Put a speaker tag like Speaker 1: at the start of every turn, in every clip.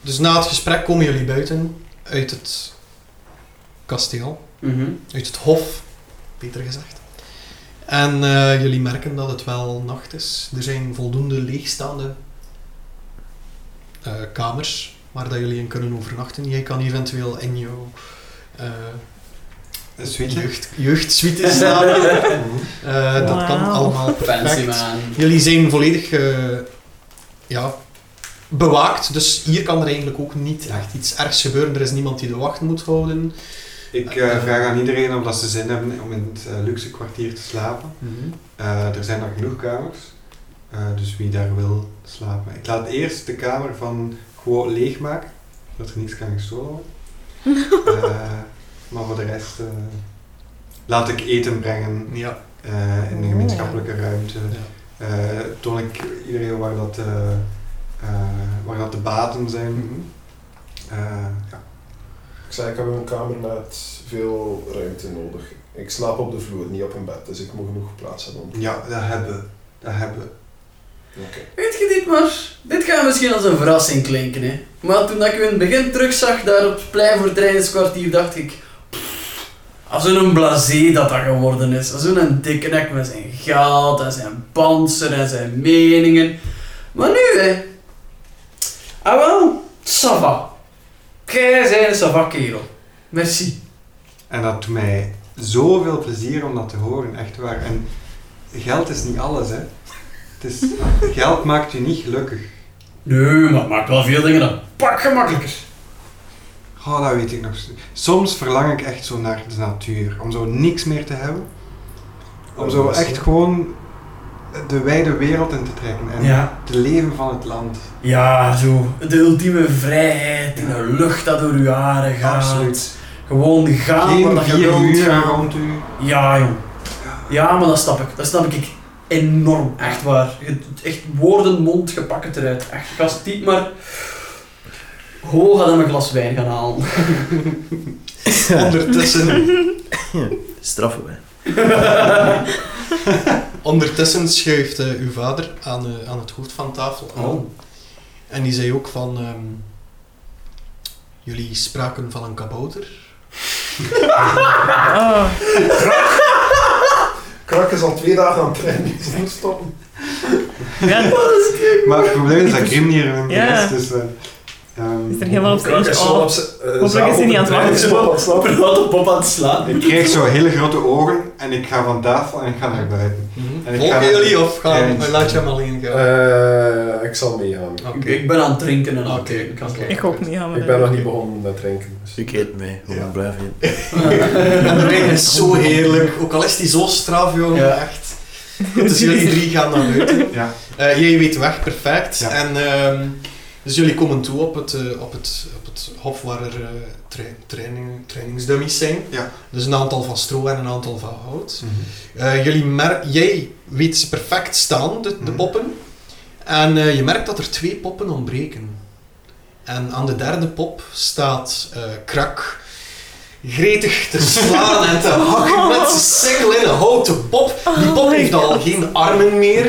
Speaker 1: Dus na het gesprek komen jullie buiten uit het kasteel,
Speaker 2: Mhm.
Speaker 1: uit het hof, beter gezegd. En eh, jullie merken dat het wel nacht is. Er zijn voldoende leegstaande eh, kamers waar dat jullie in kunnen overnachten. Jij kan eventueel in jouw eh jeugd, jeugdsuite staan. Eh, Dat kan
Speaker 3: Wauw.
Speaker 1: allemaal
Speaker 2: Fancy
Speaker 1: perfect.
Speaker 2: man.
Speaker 1: Jullie zijn volledig eh, ja, bewaakt, dus hier kan er eigenlijk ook niet echt iets ergs gebeuren. Er is niemand die de wacht moet houden.
Speaker 4: Ik eh, vraag aan iedereen of dat ze zin hebben om in het eh, luxe kwartier te slapen. Eh, er zijn nog genoeg kamers, eh, dus wie daar wil slapen. Ik laat eerst de kamer van gewoon leegmaken, zodat er niks kan gestolen worden. Eh, maar voor de rest eh, laat ik eten brengen
Speaker 1: Ja.
Speaker 4: eh, in de
Speaker 3: Oh.
Speaker 4: gemeenschappelijke ruimte.
Speaker 1: Ja.
Speaker 4: Eh, toon ik iedereen waar dat, eh, eh, waar dat de baten zijn. Eh, ja.
Speaker 5: Mhm. Ik zei, ik heb in mijn kamer net veel ruimte nodig. Ik slaap op de vloer, niet op een bed, dus ik moet genoeg plaats hebben. om-
Speaker 4: ja, dat hebben we. Dat hebben we.
Speaker 2: Weet je dit maar? Dit gaat misschien als een verrassing klinken, hè. Maar toen dat ik u in het begin terugzag, daar op het plein voor het trainingskwartier, dacht ik... pff, Als een blasé dat dat geworden is. Als een dikke nek met zijn geld en zijn panzer en zijn meningen. Maar nu, hè. Ah wel, Sava. Jij bent een Sava kerel. Merci.
Speaker 4: En dat doet mij zoveel plezier om dat te horen, echt waar. En geld is niet alles, hè. Het is, geld maakt je niet gelukkig.
Speaker 2: Nee, maar het maakt wel veel dingen een pak gemakkelijker.
Speaker 4: Oh, dat weet ik nog. Soms verlang ik echt zo naar de natuur. Om zo niks meer te hebben. Om zo echt gewoon de wijde wereld in te trekken. En te leven van het land.
Speaker 2: Ja, zo. De ultieme vrijheid in de lucht dat door uw haren gaat.
Speaker 4: Absoluut.
Speaker 2: Gewoon gaan
Speaker 4: Geen
Speaker 2: waar je
Speaker 4: vier
Speaker 2: wilt gaan.
Speaker 4: muren rond u.
Speaker 2: Ja, jong.
Speaker 4: Ja.
Speaker 2: Ja, maar dat snap ik. Dat snap ik enorm. Echt waar. Het- Echt woorden, mond, gepakt eruit. Echt, gast, diep maar... Ho, ga dan een glas wijn gaan halen.
Speaker 1: Ondertussen,
Speaker 3: Straffen wij.
Speaker 1: ondertussen schuift eh, uw vader aan, eh, aan het hoofd van tafel aan.
Speaker 4: Oh.
Speaker 1: En die zei ook van... ehm, jullie spraken van een kabouter.
Speaker 3: Ah,
Speaker 5: Krak is al twee dagen aan het trainen, dus moet stoppen.
Speaker 3: ja,
Speaker 4: Maar het probleem is dat Grimnir en de
Speaker 3: Ja.
Speaker 4: rest is... eh, ehm,
Speaker 3: is er helemaal op Oh,
Speaker 5: Krak
Speaker 3: zijn
Speaker 5: is
Speaker 3: eentje
Speaker 5: al op
Speaker 3: af.
Speaker 5: zijn... eh,
Speaker 3: Hopelijk
Speaker 5: zaal
Speaker 3: is hij niet aan het
Speaker 5: op de
Speaker 3: wachten.
Speaker 5: trein, is wel wat slapen.
Speaker 2: Op pop aan het slaan.
Speaker 4: Ik kreeg zo hele grote ogen en ik ga van tafel en ik ga naar buiten. Mhm. En ik
Speaker 1: Volgen
Speaker 4: ga-
Speaker 1: jullie of gaan,
Speaker 4: Ja,
Speaker 1: laat je hem alleen gaan?
Speaker 5: Eh, Ik zal meegaan.
Speaker 1: Oké.
Speaker 2: Ik ben aan het drinken en aan het
Speaker 1: Oké,
Speaker 2: kijken. Ik ga het
Speaker 1: oké.
Speaker 3: ik ook niet aan
Speaker 5: Ik ben nog niet begonnen met drinken. Dus.
Speaker 3: Ik eet mee, hoe
Speaker 1: Ja.
Speaker 3: blijf je?
Speaker 1: En de wijn is zo heerlijk, ook al is die zo straf, jongen.
Speaker 2: Ja.
Speaker 1: Echt. Dus jullie drie gaan naar buiten.
Speaker 4: Ja.
Speaker 1: Eh, jij weet de weg perfect.
Speaker 4: Ja.
Speaker 1: En, ehm, dus jullie komen toe op het, eh, op het, op het hof waar er eh, trai- training, trainingsdummies zijn.
Speaker 4: Ja.
Speaker 1: Dus een aantal van stro en een aantal van hout.
Speaker 3: Mhm.
Speaker 1: Eh, jullie mer- jij weet ze perfect staan, de, de
Speaker 4: Mhm.
Speaker 1: poppen. En eh, je merkt dat er twee poppen ontbreken. En aan de derde pop staat eh, Krak. Gretig te slaan en te hakken met zijn sikkel in een houten pop. Die pop heeft al geen armen meer.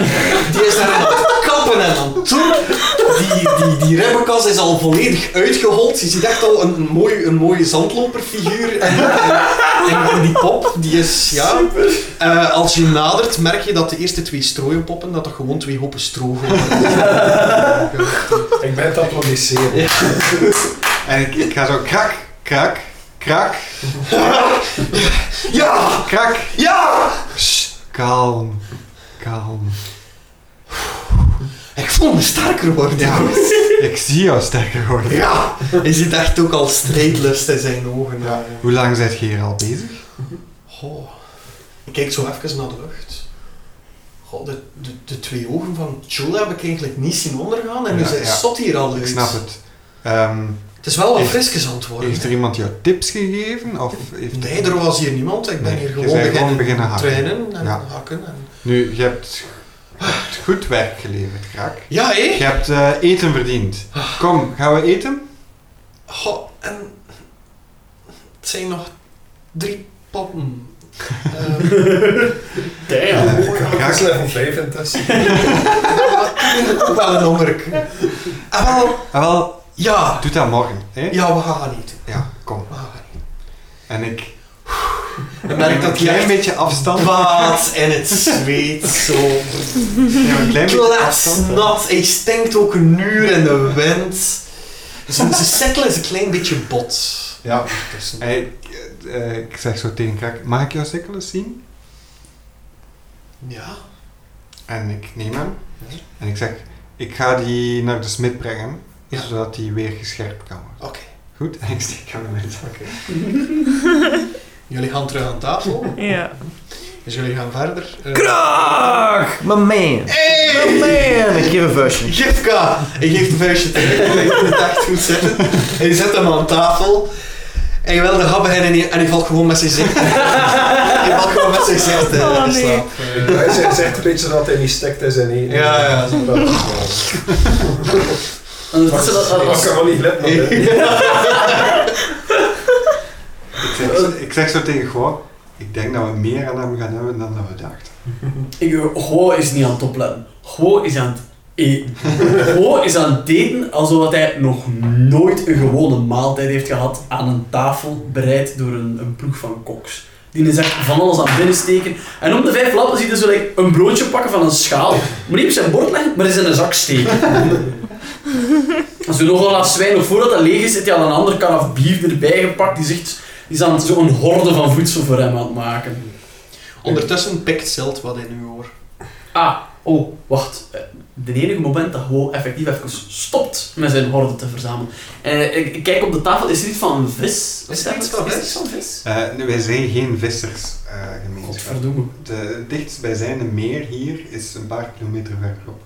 Speaker 1: Die is daar aan het kappen en aan het doen. Die, die, die ribbenkast is al volledig uitgehold. Je ziet echt al een, een, mooi, een mooie zandloperfiguur. En, en, en die pop, die is... Ja, eh, als je nadert, merk je dat de eerste twee strooienpoppen, dat dat gewoon twee hopen stro worden.
Speaker 5: Ik ben het applaudisseren.
Speaker 4: En ik, ik ga zo krak, krak, krak,
Speaker 1: ja!
Speaker 4: krak.
Speaker 1: Ja!
Speaker 4: Sst, kalm, kalm.
Speaker 1: Ik voel me sterker worden. Ja.
Speaker 4: Ik zie jou sterker worden.
Speaker 1: Je ziet echt ook al strijdlust in zijn ogen. Ja.
Speaker 4: Hoe lang zijt je hier al bezig?
Speaker 1: Goh. Ik kijk zo even naar de lucht. Goh, de, de, de twee ogen van Chula heb ik eigenlijk niet zien ondergaan. En nu
Speaker 4: Ja,
Speaker 1: zijn
Speaker 4: ja.
Speaker 1: zot hier al uit.
Speaker 4: Ik snap het. Ehm,
Speaker 1: Het is wel wat
Speaker 4: Heeft-
Speaker 1: frisjes aan het worden.
Speaker 4: heeft er iemand jou tips gegeven? Of heeft...
Speaker 1: Nee, er was hier niemand. Ik ben
Speaker 4: Nee,
Speaker 1: hier
Speaker 4: je
Speaker 1: gewoon
Speaker 4: bent
Speaker 1: beginnen,
Speaker 4: gewoon beginnen hakken.
Speaker 1: trainen en
Speaker 4: Ja.
Speaker 1: hakken. En...
Speaker 4: Nu, je hebt, je hebt goed werk geleverd, krak.
Speaker 1: Ja, hé?
Speaker 4: Je hebt eh, eten verdiend. Kom, gaan we eten?
Speaker 1: Goh, en het zijn nog drie poppen. Eh, Ehm,
Speaker 2: Damn.
Speaker 5: Krak is level 5 intussen.
Speaker 1: ik vind het ook wel een honger. En wel,
Speaker 4: Ah, wel,
Speaker 1: Ja,
Speaker 4: Doe dat morgen, hè?
Speaker 1: ja, we gaan dat niet doen.
Speaker 4: Ja, kom.
Speaker 1: We gaan dat niet
Speaker 4: En ik
Speaker 1: doen. Ik merk
Speaker 4: neem een
Speaker 1: dat je
Speaker 4: klein
Speaker 1: echt
Speaker 4: beetje afstand.
Speaker 1: kwaad in het zweet zo
Speaker 4: Ik neem een klein beetje afstand.
Speaker 1: kletsnat. Hij stinkt ook een uur in de wind. Zijn zijn settle is een klein beetje bot.
Speaker 5: Ja.
Speaker 1: Dus
Speaker 4: Hey, eh, eh, ik zeg zo tegen Krak, mag ik jouw sikkel eens zien?
Speaker 1: ja.
Speaker 4: En ik neem hem.
Speaker 1: Ja.
Speaker 4: En ik zeg, ik ga die naar de smid brengen,
Speaker 1: Ja.
Speaker 4: zodat die weer gescherpt kan worden.
Speaker 1: Oké.
Speaker 4: Goed? En ik steek hem in mijn zak.
Speaker 1: Jullie gaan terug aan tafel.
Speaker 6: Ja.
Speaker 1: Dus jullie gaan verder. Eh,
Speaker 3: Kraak! My man! My
Speaker 1: Hey!
Speaker 3: man! Ik geef een vuistje.
Speaker 1: Gifka! Hij geeft een vuistje terug. Hij moet het echt goed zitten. Hij zet hem aan tafel. En je wil de hap beginnen en hij valt gewoon met zijn zicht. hij valt gewoon met zijn zicht eh,
Speaker 6: Oh,
Speaker 1: in
Speaker 6: nee.
Speaker 1: slaap. Eh,
Speaker 5: Hij zegt- zegt een beetje dat hij niet stekt in zijn eten.
Speaker 1: Ja, ja.
Speaker 5: Dat is wel-
Speaker 2: En dat
Speaker 5: Wacht,
Speaker 2: ze dat
Speaker 5: Ik
Speaker 2: als...
Speaker 5: kan wel niet letten op dit.
Speaker 4: Ik
Speaker 1: Oh.
Speaker 4: zeg, zo- ik zeg zo tegen Goh, ik denk dat we meer aan hem gaan hebben dan dat we dachten.
Speaker 2: Ik, Gwo is niet aan het opletten. Gwo is aan het eten. Gwo is aan het eten alsof hij nog nooit een gewone maaltijd heeft gehad aan een tafel bereid door een, een ploeg van koks. Die is echt van alles aan het binnensteken. En om de vijf lappen ziet hij zo like, een broodje pakken van een schaal. Maar niet op zijn bord leggen, maar eens in een zak steken. Als we nog een laat zwijn, nog voordat dat leeg is, zit hij al een ander karaf bier erbij gepakt. Die, zegt, die is aan het- zo'n horde van voedsel voor hem aan het maken.
Speaker 1: Ondertussen pikt Silt wat in uw oor.
Speaker 2: Ah, oh, wacht. Eh, De enige moment dat gewoon effectief even stopt met zijn horde te verzamelen. Eh, ik, ik kijk op de tafel, is er iets van vis?
Speaker 1: Is er iets van
Speaker 2: Is er
Speaker 1: vis?
Speaker 2: iets van vis?
Speaker 4: Eh, nu, wij zijn geen vissersgemeenschap.
Speaker 1: Eh,
Speaker 2: Godverdomme.
Speaker 4: de dichtstbijzijnde meer hier is een paar kilometer verderop.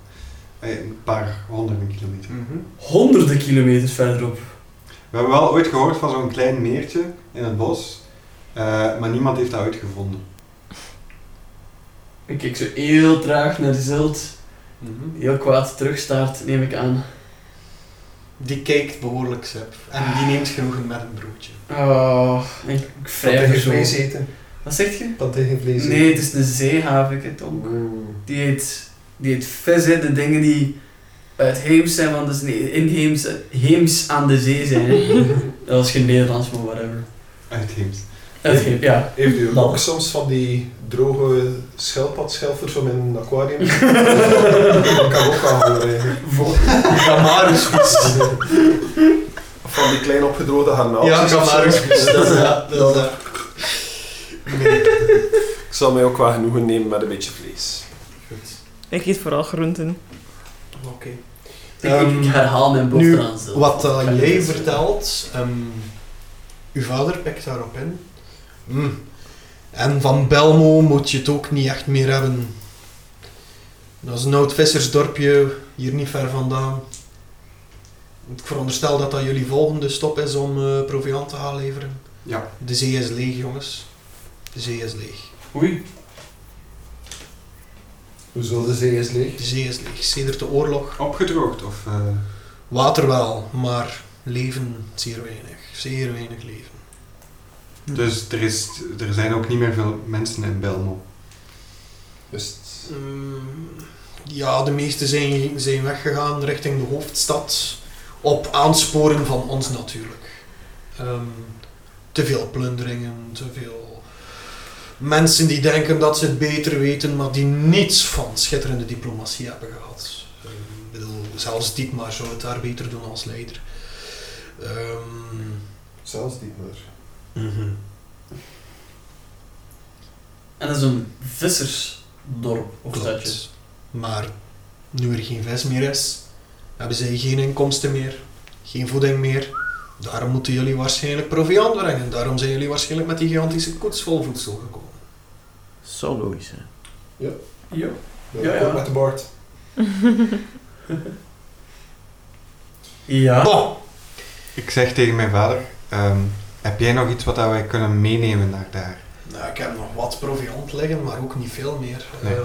Speaker 4: Eh, een paar honderden kilometer.
Speaker 1: Mhm.
Speaker 2: Honderden kilometers verderop.
Speaker 4: We hebben wel ooit gehoord van zo'n klein meertje in het bos, eh, maar niemand heeft dat uitgevonden.
Speaker 2: Ik kijk zo heel traag naar de zilt.
Speaker 1: Mhm.
Speaker 2: Heel kwaad terugstaart, neem ik aan.
Speaker 1: Die kijkt behoorlijk sep. En die neemt genoegen met een broodje.
Speaker 2: Oh, ik, ik
Speaker 5: Dat hij
Speaker 2: wrijf er
Speaker 5: geen
Speaker 2: zo.
Speaker 5: vlees eten.
Speaker 2: Wat zeg je?
Speaker 5: Dat hij geen vlees eten.
Speaker 2: Nee, het is een zeehavik, Tom.
Speaker 1: Hmm.
Speaker 5: Mm.
Speaker 2: Die eet, die eet vis, hè, de dingen die uitheems zijn, want dat is niet inheems, heems aan de zee zijn. hè. dat was geen Nederlands, maar whatever.
Speaker 4: Uitheems.
Speaker 2: Uitheem, ja.
Speaker 5: Heeft u
Speaker 2: Dat.
Speaker 5: ook soms van die droge schelpadschelfers van mijn aquarium? dat kan ook aanhoren eigenlijk.
Speaker 1: Kamarus.
Speaker 5: Of van die klein opgedroogde garnalen.
Speaker 1: Ja, Kamarus. Dat is dat. dat, is dat.
Speaker 5: Ik zal mij ook wel genoegen nemen met een beetje vlees.
Speaker 6: Ik eet vooral groenten.
Speaker 2: Ik, ik- ik herhaal mijn
Speaker 1: Ehm, nu,
Speaker 2: bovenaan. zelf.
Speaker 1: Wat dat
Speaker 2: Ik ga
Speaker 1: jij
Speaker 2: niet
Speaker 1: vertelt, ehm, uw vader pikt daarop in. Mm. En van Belmo moet je het ook niet echt meer hebben. Dat is een oud vissersdorpje, hier niet ver vandaan. Ik veronderstel dat dat jullie volgende stop is om eh, proviant te gaan leveren.
Speaker 4: Ja.
Speaker 1: De zee is leeg, jongens. De zee is leeg.
Speaker 2: Oei.
Speaker 5: Hoezo de zee is leeg?
Speaker 1: De zee is leeg. Sedert de oorlog.
Speaker 4: Opgedroogd of... eh,
Speaker 1: Water wel, maar leven zeer weinig. Zeer weinig leven.
Speaker 4: dus er, is, er zijn ook niet meer veel mensen in Belmo.
Speaker 5: Dus het-
Speaker 1: Mm, Ja, de meeste zijn, zijn weggegaan richting de hoofdstad. Op aansporen van ons natuurlijk. Ehm, te veel plunderingen, te veel mensen die denken dat ze het beter weten, maar die niets van schitterende diplomatie hebben gehad. Ehm, ik bedoel, zelfs Dietmar zou het daar beter doen als leider. Ehm,
Speaker 5: Zelfs niet meer.
Speaker 2: En dat is een vissersdorp of
Speaker 1: Klopt.
Speaker 2: stadje.
Speaker 1: Maar nu er geen vis meer is, hebben zij geen inkomsten meer, geen voeding meer. Daarom moeten jullie waarschijnlijk proviand brengen. Daarom zijn jullie waarschijnlijk met die gigantische koets vol voedsel gekomen.
Speaker 3: Zo logisch zijn.
Speaker 2: Ja.
Speaker 5: Dat
Speaker 2: Ja,
Speaker 5: ja,
Speaker 2: ja.
Speaker 5: met de baard.
Speaker 2: Ja.
Speaker 1: Bon,
Speaker 4: Ik zeg tegen mijn vader, ehm, heb jij nog iets wat dat wij kunnen meenemen naar daar?
Speaker 1: nou, ik heb nog wat proviand liggen, maar ook niet veel meer.
Speaker 4: Nee.
Speaker 1: Ehm,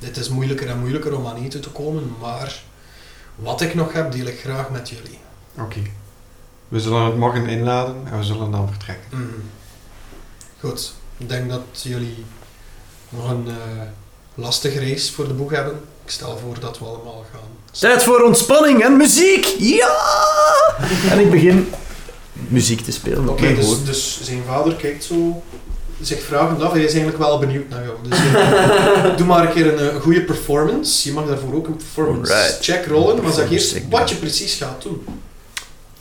Speaker 1: het is moeilijker en moeilijker om aan eten te komen, maar wat ik nog heb, deel ik graag met jullie.
Speaker 4: Oké. We zullen het morgen inladen en we zullen dan vertrekken.
Speaker 1: Mm. Goed, ik denk dat jullie nog een eh lastige race voor de boeg hebben. Ik stel voor dat we allemaal gaan.
Speaker 3: Tijd voor ontspanning en muziek! Ja! en ik begin muziek te spelen.
Speaker 1: Oké,
Speaker 3: Mijn
Speaker 1: dus,
Speaker 3: woord.
Speaker 1: dus zijn vader kijkt zo zich vragend af. Hij is eigenlijk wel benieuwd naar jou. Dus doe maar een keer een, eh, goede performance. Je mag daarvoor ook een performance
Speaker 3: Alright.
Speaker 1: check rollen, maar zeg
Speaker 3: Performance
Speaker 1: eerst
Speaker 3: check,
Speaker 1: wat
Speaker 3: ja.
Speaker 1: je precies gaat doen.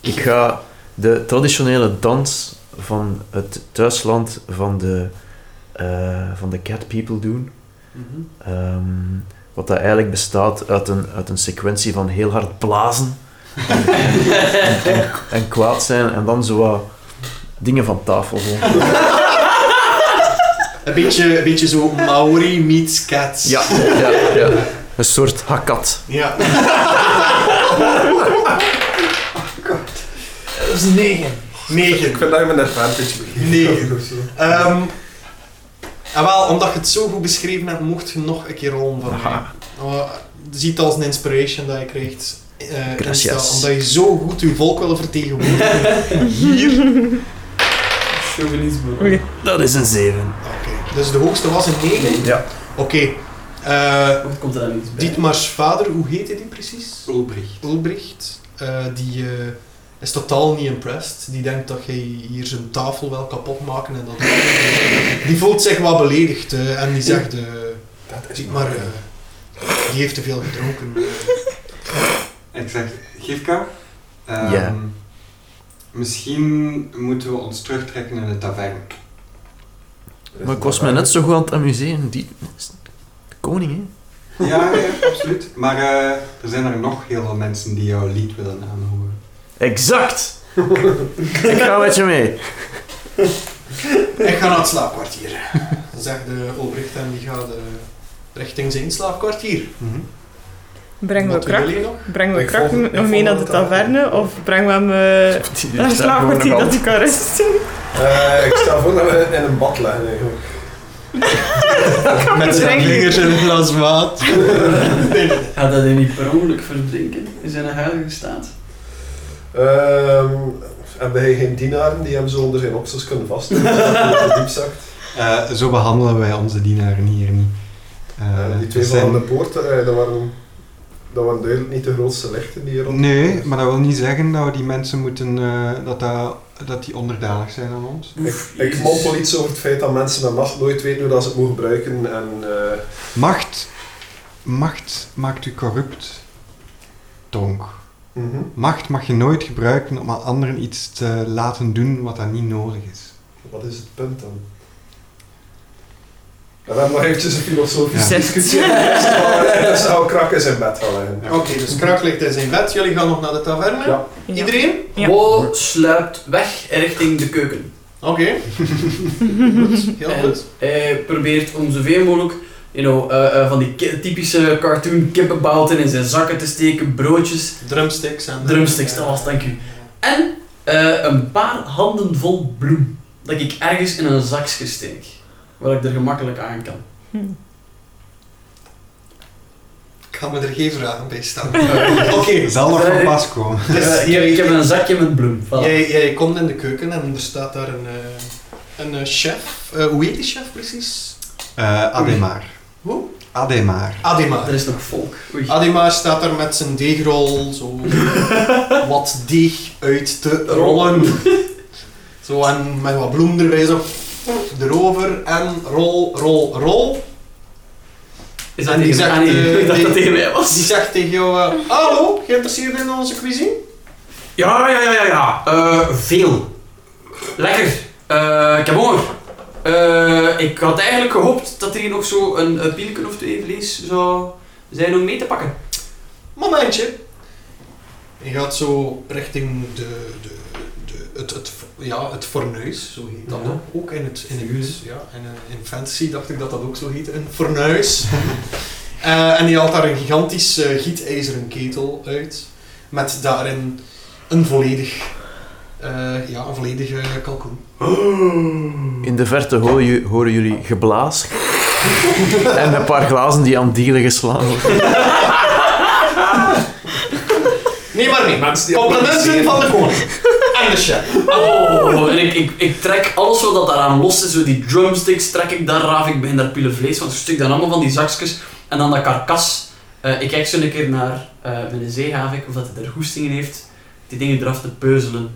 Speaker 3: Ik ga de traditionele dans van het thuisland van de, eh, van de Cat People doen. Ehm, wat dat eigenlijk bestaat uit een, uit een sequentie van heel hard blazen en, en, en kwaad zijn en dan zo wat dingen van tafel doen.
Speaker 1: Een, beetje, een beetje zo Maori meets cats.
Speaker 3: Ja, ja, ja. Een soort hakat.
Speaker 1: ja.
Speaker 3: Dat is negen.
Speaker 5: Ik
Speaker 1: Negen.
Speaker 5: vind dat je met een advantage begint.
Speaker 1: Negen. Ehm, en wel, omdat je het zo goed beschreven hebt, mocht je nog een keer rollen van mij.
Speaker 3: Aha.
Speaker 1: Oh, Zie het als een inspiration dat je krijgt. eh,
Speaker 3: Gracias.
Speaker 1: Insta, omdat je zo goed je volk wil vertegenwoordigen. Hier.
Speaker 2: Chauvinisme.
Speaker 3: Dat is een zeven.
Speaker 1: Oké, Dus de hoogste was een 9.
Speaker 3: Ja.
Speaker 1: Oké. eh
Speaker 2: Of komt er dan iets bij?
Speaker 1: Dietmar's vader, hoe heette die precies?
Speaker 4: Ulbricht.
Speaker 1: Ulbricht. eh, die eh, is totaal niet impressed. Die denkt dat jij hier zijn tafel wel kapot maken en dat. die voelt zich wat beledigd eh, en die zegt. eh
Speaker 5: Dat is
Speaker 1: Dietmar, eh, die heeft te veel gedronken. eh."
Speaker 4: Ik zeg, Gifka, ehm,
Speaker 3: Ja.
Speaker 4: misschien moeten we ons terugtrekken in de taverne.
Speaker 3: Maar ik was me net zo goed aan het amuseren. Die... De koning, hè?
Speaker 4: Ja, ja, absoluut. Maar eh, er zijn er nog heel veel mensen die jouw lied willen aanhoren.
Speaker 3: Exact! ik ga met je mee.
Speaker 1: Ik ga naar het slaapkwartier, zegt de Ulbricht en die gaat eh, richting zijn slaapkwartier.
Speaker 5: Mhm.
Speaker 6: Brengen we
Speaker 1: Wat
Speaker 6: krak?
Speaker 1: willen jullie nog?
Speaker 6: Brengen we
Speaker 5: Ik
Speaker 6: krak
Speaker 5: volg- ik
Speaker 6: nog mee
Speaker 5: volg
Speaker 6: naar de
Speaker 5: het aan.
Speaker 6: taverne? Of brengen we hem eh, naar een slaapkwartier dat ik kan rusten?
Speaker 5: Eh, ik stel voor dat we in een bad leggen eigenlijk.
Speaker 1: Met zijn
Speaker 6: drinken.
Speaker 1: vingers in een glas water.
Speaker 2: Gaat dat hij niet per ongeluk verdrinken in zijn huidige staat?
Speaker 5: Ehm, hebben hij geen dienaren die hem zo onder zijn oksels kunnen vasthouden? dat hij diep zakt.
Speaker 4: Eh, zo behandelen wij onze dienaren hier niet. Eh,
Speaker 5: Eh, die twee
Speaker 4: er
Speaker 5: van
Speaker 4: zijn-
Speaker 5: aan de poort, eh, dat, waren, dat waren duidelijk niet de grootste lichten die hier rond-
Speaker 4: Nee, maar dat wil niet zeggen dat we die mensen moeten, eh, dat, dat, dat die onderdanig zijn aan ons.
Speaker 5: Ik, ik mompel iets over het feit dat mensen met macht nooit weten hoe dat ze het moeten gebruiken. En, eh,
Speaker 4: Macht, macht maakt u corrupt, Tonk.
Speaker 5: mhm.
Speaker 4: Macht mag je nooit gebruiken om aan anderen iets te laten doen wat dat niet nodig is.
Speaker 5: Wat is het punt dan? En we hebben nog eventjes een filosofische
Speaker 6: Ja.
Speaker 5: discussie. Dat zou krakken in zijn bed gaan leggen.
Speaker 1: Oké, dus Krak ligt in zijn bed. Jullie gaan nog naar de taverne.
Speaker 5: Ja.
Speaker 6: Ja.
Speaker 1: Iedereen?
Speaker 6: Ja.
Speaker 2: Wo sluipt weg richting de keuken.
Speaker 1: Oké. goed, heel
Speaker 2: En
Speaker 1: goed.
Speaker 2: Hij probeert om zoveel mogelijk you know, eh, eh, van die ki- typische cartoon kippenbouten in zijn zakken te steken, broodjes.
Speaker 1: Drumsticks en...
Speaker 2: Drumsticks, dat was het, dank u. En eh, een paar handen vol bloem dat ik ergens in een zakje steek, waar ik er gemakkelijk aan kan.
Speaker 6: Hm.
Speaker 1: Ik ga me er geen vragen bij stellen. Oké.
Speaker 4: Zal nog
Speaker 2: Eh,
Speaker 4: van pas komen.
Speaker 1: Dus
Speaker 2: Eh, ik, heb,
Speaker 1: jij,
Speaker 2: ik heb een zakje met bloem. Voilà.
Speaker 1: jij, jij komt in de keuken en er staat daar een, eh, een eh, chef. Eh, hoe heet die chef precies?
Speaker 4: Eh Ademar.
Speaker 1: Hoe?
Speaker 4: Ademar.
Speaker 1: Ademar.
Speaker 2: Er is nog volk. Oei.
Speaker 1: Ademar staat daar met zijn deegrol zo wat deeg uit te rollen. Zo en met wat bloem erbij zo erover en rol, rol, rol.
Speaker 2: Is dat
Speaker 1: en die
Speaker 2: tegen
Speaker 1: zegt,
Speaker 2: ah, nee,
Speaker 1: eh,
Speaker 2: ik dacht dat
Speaker 1: nee.
Speaker 2: tegen mij was.
Speaker 1: Die zegt tegen jou, eh, hallo, geïnteresseerd in onze cuisine?
Speaker 2: Ja, ja, ja, ja, ja. Eh, veel. Lekker. Eh, ik heb honger. Eh, ik had eigenlijk gehoopt dat er hier nog zo een, eh, pielken of twee vlees zou zijn om mee te pakken.
Speaker 1: Momentje. Je gaat zo richting de, de, de, het, het, ja, het fornuis, zo heet dat
Speaker 2: Ja.
Speaker 1: ook. Ook in het, in het ja, in, eh, in fantasy dacht ik dat dat ook zo heet, een fornuis. Eh, en die haalt daar een gigantisch eh, gietijzeren ketel uit, met daarin een volledig, eh, ja, een volledige kalkoen.
Speaker 3: In de verte horen, ju- horen jullie geblaas. en een paar glazen die aan het dielen geslaan worden.
Speaker 1: Nee, maar nee.
Speaker 5: Mensen die
Speaker 1: Complimenten van de koning. En de chef.
Speaker 2: Oh, en ik, ik, ik trek alles wat dat daaraan los is, zo die drumsticks trek ik daar raaf, ik begin daar pielen vlees van, stuk dan allemaal van die zakjes en dan dat karkas Eh, ik kijk zo een keer naar eh, mijn zeehavik, of dat hij er goestingen heeft, die dingen eraf te peuzelen.